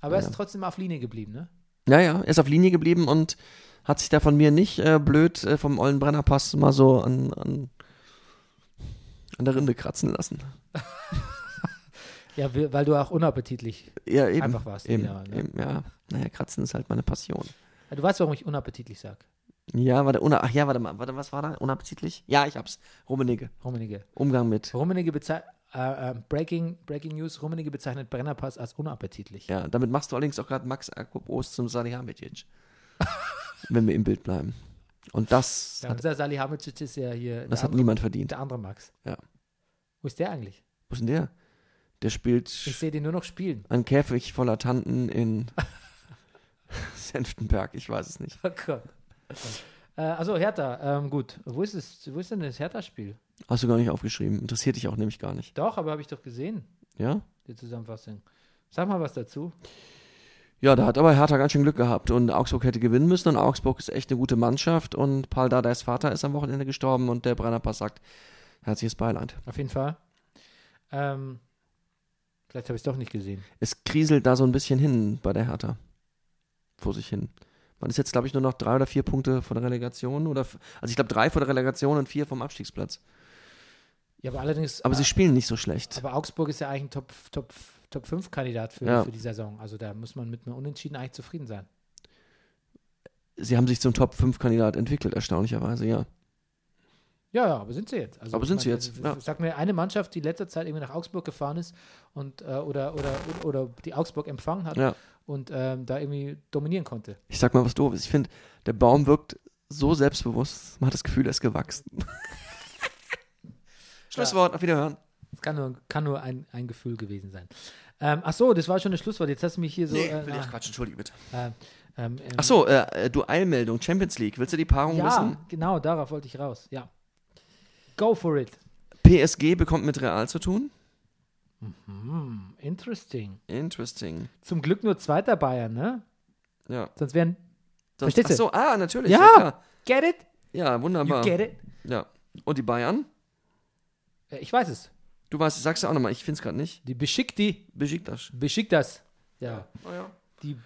Speaker 1: Aber er
Speaker 2: ja.
Speaker 1: ist trotzdem auf Linie geblieben, ne?
Speaker 2: Ja, ja. Er ist auf Linie geblieben und hat sich da von mir nicht äh, blöd äh, vom ollen Brennerpass mal so an, an, an der Rinde kratzen lassen.
Speaker 1: Ja, wir- weil du auch unappetitlich,
Speaker 2: Ja, eben.
Speaker 1: Einfach warst du
Speaker 2: eben,
Speaker 1: wieder mal, ne?
Speaker 2: eben, ja. Naja, kratzen ist halt meine Passion.
Speaker 1: Ja, du weißt, warum ich unappetitlich sage,
Speaker 2: Ja, warte, una ach ja, warte mal, warte, was war da? Unappetitlich? Ja, ich hab's. Rummenigge.
Speaker 1: Rummenigge.
Speaker 2: Umgang mit.
Speaker 1: Rummenigge bezeichnet, äh, äh, Breaking, Breaking News, Rummenigge bezeichnet Brennerpass als unappetitlich.
Speaker 2: Ja, damit machst du allerdings auch gerade Max Jakob Ost zum Salihamidzic. <laughs> wenn wir im Bild bleiben. Und das
Speaker 1: Ja,
Speaker 2: hat,
Speaker 1: unser Salihamidzic ist ja äh, hier
Speaker 2: das
Speaker 1: der
Speaker 2: hat niemand verdient.
Speaker 1: Der andere Max.
Speaker 2: Ja.
Speaker 1: Wo ist der eigentlich?
Speaker 2: Wo ist denn der? Der spielt
Speaker 1: Ich sehe den nur noch spielen.
Speaker 2: <laughs> einen Käfig voller Tanten in <laughs> Senftenberg, ich weiß es nicht.
Speaker 1: Oh Gott. Äh, also Hertha, ähm, gut. Wo ist, es, wo ist denn das Hertha-Spiel?
Speaker 2: Hast du gar nicht aufgeschrieben. Interessiert dich auch nämlich gar nicht.
Speaker 1: Doch, aber habe ich doch gesehen,
Speaker 2: Ja?
Speaker 1: die Zusammenfassung. Sag mal was dazu.
Speaker 2: Ja, da hat aber Hertha ganz schön Glück gehabt und Augsburg hätte gewinnen müssen und Augsburg ist echt eine gute Mannschaft und Paul Dardais Vater ist am Wochenende gestorben und der Brennerpass sagt, herzliches Beileid.
Speaker 1: Auf jeden Fall. Ähm, vielleicht habe ich es doch nicht gesehen.
Speaker 2: Es kriselt da so ein bisschen hin bei der Hertha. Vor sich hin. Man ist jetzt, glaube ich, nur noch drei oder vier Punkte vor der Relegation oder, f- also ich glaube drei vor der Relegation und vier vom Abstiegsplatz.
Speaker 1: Ja, aber allerdings.
Speaker 2: Aber sie
Speaker 1: äh,
Speaker 2: spielen nicht so schlecht.
Speaker 1: aber Augsburg ist ja eigentlich ein Top, Top, Top 5 Kandidat für,
Speaker 2: Ja.
Speaker 1: für die Saison. Also da muss man mit einem Unentschieden eigentlich zufrieden sein.
Speaker 2: Sie haben sich zum Top-5-Kandidat entwickelt, erstaunlicherweise, ja.
Speaker 1: Ja, ja, aber sind sie jetzt. Also,
Speaker 2: Aber
Speaker 1: ich
Speaker 2: sind sie
Speaker 1: meine,
Speaker 2: jetzt,
Speaker 1: also,
Speaker 2: ja.
Speaker 1: Sag mir eine Mannschaft, die in letzter Zeit irgendwie nach Augsburg gefahren ist und äh, oder, oder, oder die Augsburg empfangen hat
Speaker 2: Ja.
Speaker 1: und ähm, da irgendwie dominieren konnte.
Speaker 2: Ich sag mal was Doofes. Ich finde, der Baum wirkt so selbstbewusst, man hat das Gefühl, er ist gewachsen. <laughs> Schlusswort, auf Wiederhören.
Speaker 1: Das kann nur, kann nur ein, ein Gefühl gewesen sein. Ähm, ach so, das war schon das Schlusswort. Jetzt hast du mich hier so. äh,
Speaker 2: nicht quatschen, entschuldige bitte.
Speaker 1: äh, ähm, ähm,
Speaker 2: Achso, ah. äh, äh, Duellmeldung, Champions League. Willst du die Paarung wissen?
Speaker 1: Ja, genau, darauf wollte ich raus. Ja. Go for it.
Speaker 2: PSG bekommt mit Real zu tun.
Speaker 1: Hm, interesting.
Speaker 2: Interesting.
Speaker 1: Zum Glück nur zweiter Bayern, ne?
Speaker 2: Ja.
Speaker 1: Sonst wären.
Speaker 2: Sonst,
Speaker 1: Verstehst du?
Speaker 2: achso, ah, natürlich.
Speaker 1: Ja.
Speaker 2: klar.
Speaker 1: Get it?
Speaker 2: ja
Speaker 1: You
Speaker 2: wunderbar.
Speaker 1: get it?
Speaker 2: Ja. Und die Bayern?
Speaker 1: Äh, Ich weiß es.
Speaker 2: Du weißt, sagst du auch nochmal, ich finde es gerade nicht.
Speaker 1: Die beschickt die.
Speaker 2: Besiktas.
Speaker 1: Beschickt das. Ja.
Speaker 2: Oh ja.
Speaker 1: Die.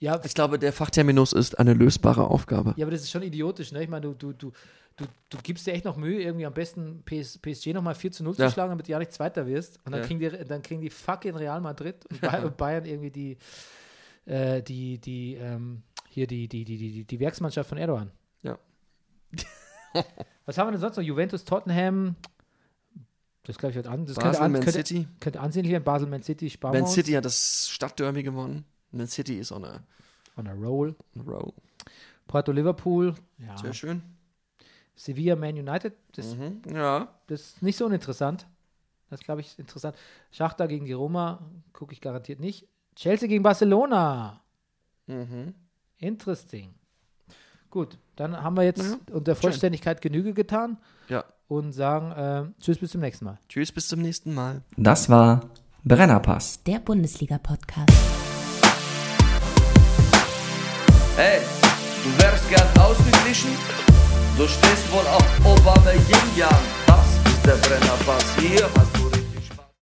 Speaker 1: Ja,
Speaker 2: Ich glaube, der Fachterminus ist eine lösbare Aufgabe.
Speaker 1: ja, aber das ist schon idiotisch, ne? Ich meine, du, du, du, du, du gibst dir echt noch Mühe, irgendwie am besten PS, PSG nochmal 4 zu 0
Speaker 2: Ja.
Speaker 1: zu schlagen, damit du ja nicht Zweiter wirst. Und dann,
Speaker 2: Ja.
Speaker 1: kriegen, die, dann kriegen die fucking Real Madrid
Speaker 2: <laughs>
Speaker 1: und Bayern, und Bayern irgendwie die, äh, die, die, ähm, hier die, die, die, die, die, die Werksmannschaft von Erdogan.
Speaker 2: Ja.
Speaker 1: <laughs> Was haben wir denn sonst noch? Juventus, Tottenham, das glaube ich heute an. Das könnte,
Speaker 2: Basel,
Speaker 1: an,
Speaker 2: Man
Speaker 1: könnte,
Speaker 2: City.
Speaker 1: könnte ansehnlich werden. Basel, Man City, sparen
Speaker 2: Man
Speaker 1: wir uns.
Speaker 2: City hat das Stadtderby gewonnen. Man City ist on a
Speaker 1: On a roll.
Speaker 2: row.
Speaker 1: Porto, Liverpool. Ja.
Speaker 2: Sehr schön.
Speaker 1: Sevilla, Man United. Das
Speaker 2: Mhm. Ja.
Speaker 1: Das ist nicht so uninteressant. Das glaube ich ist interessant. Schachter gegen die Roma gucke ich garantiert nicht. Chelsea gegen Barcelona.
Speaker 2: Mhm.
Speaker 1: Interesting. Gut, dann haben wir jetzt unter Vollständigkeit Genüge getan
Speaker 2: Ja.
Speaker 1: und sagen ähm, Tschüss bis zum nächsten Mal.
Speaker 2: Tschüss, bis zum nächsten Mal.
Speaker 3: Das war Brennerpass.
Speaker 7: Der Bundesliga-Podcast.
Speaker 5: Ey, du wärst gern ausgeglichen? Du stehst wohl auf Obama Yin Yang. Das ist der Brennerpass. Hier hast du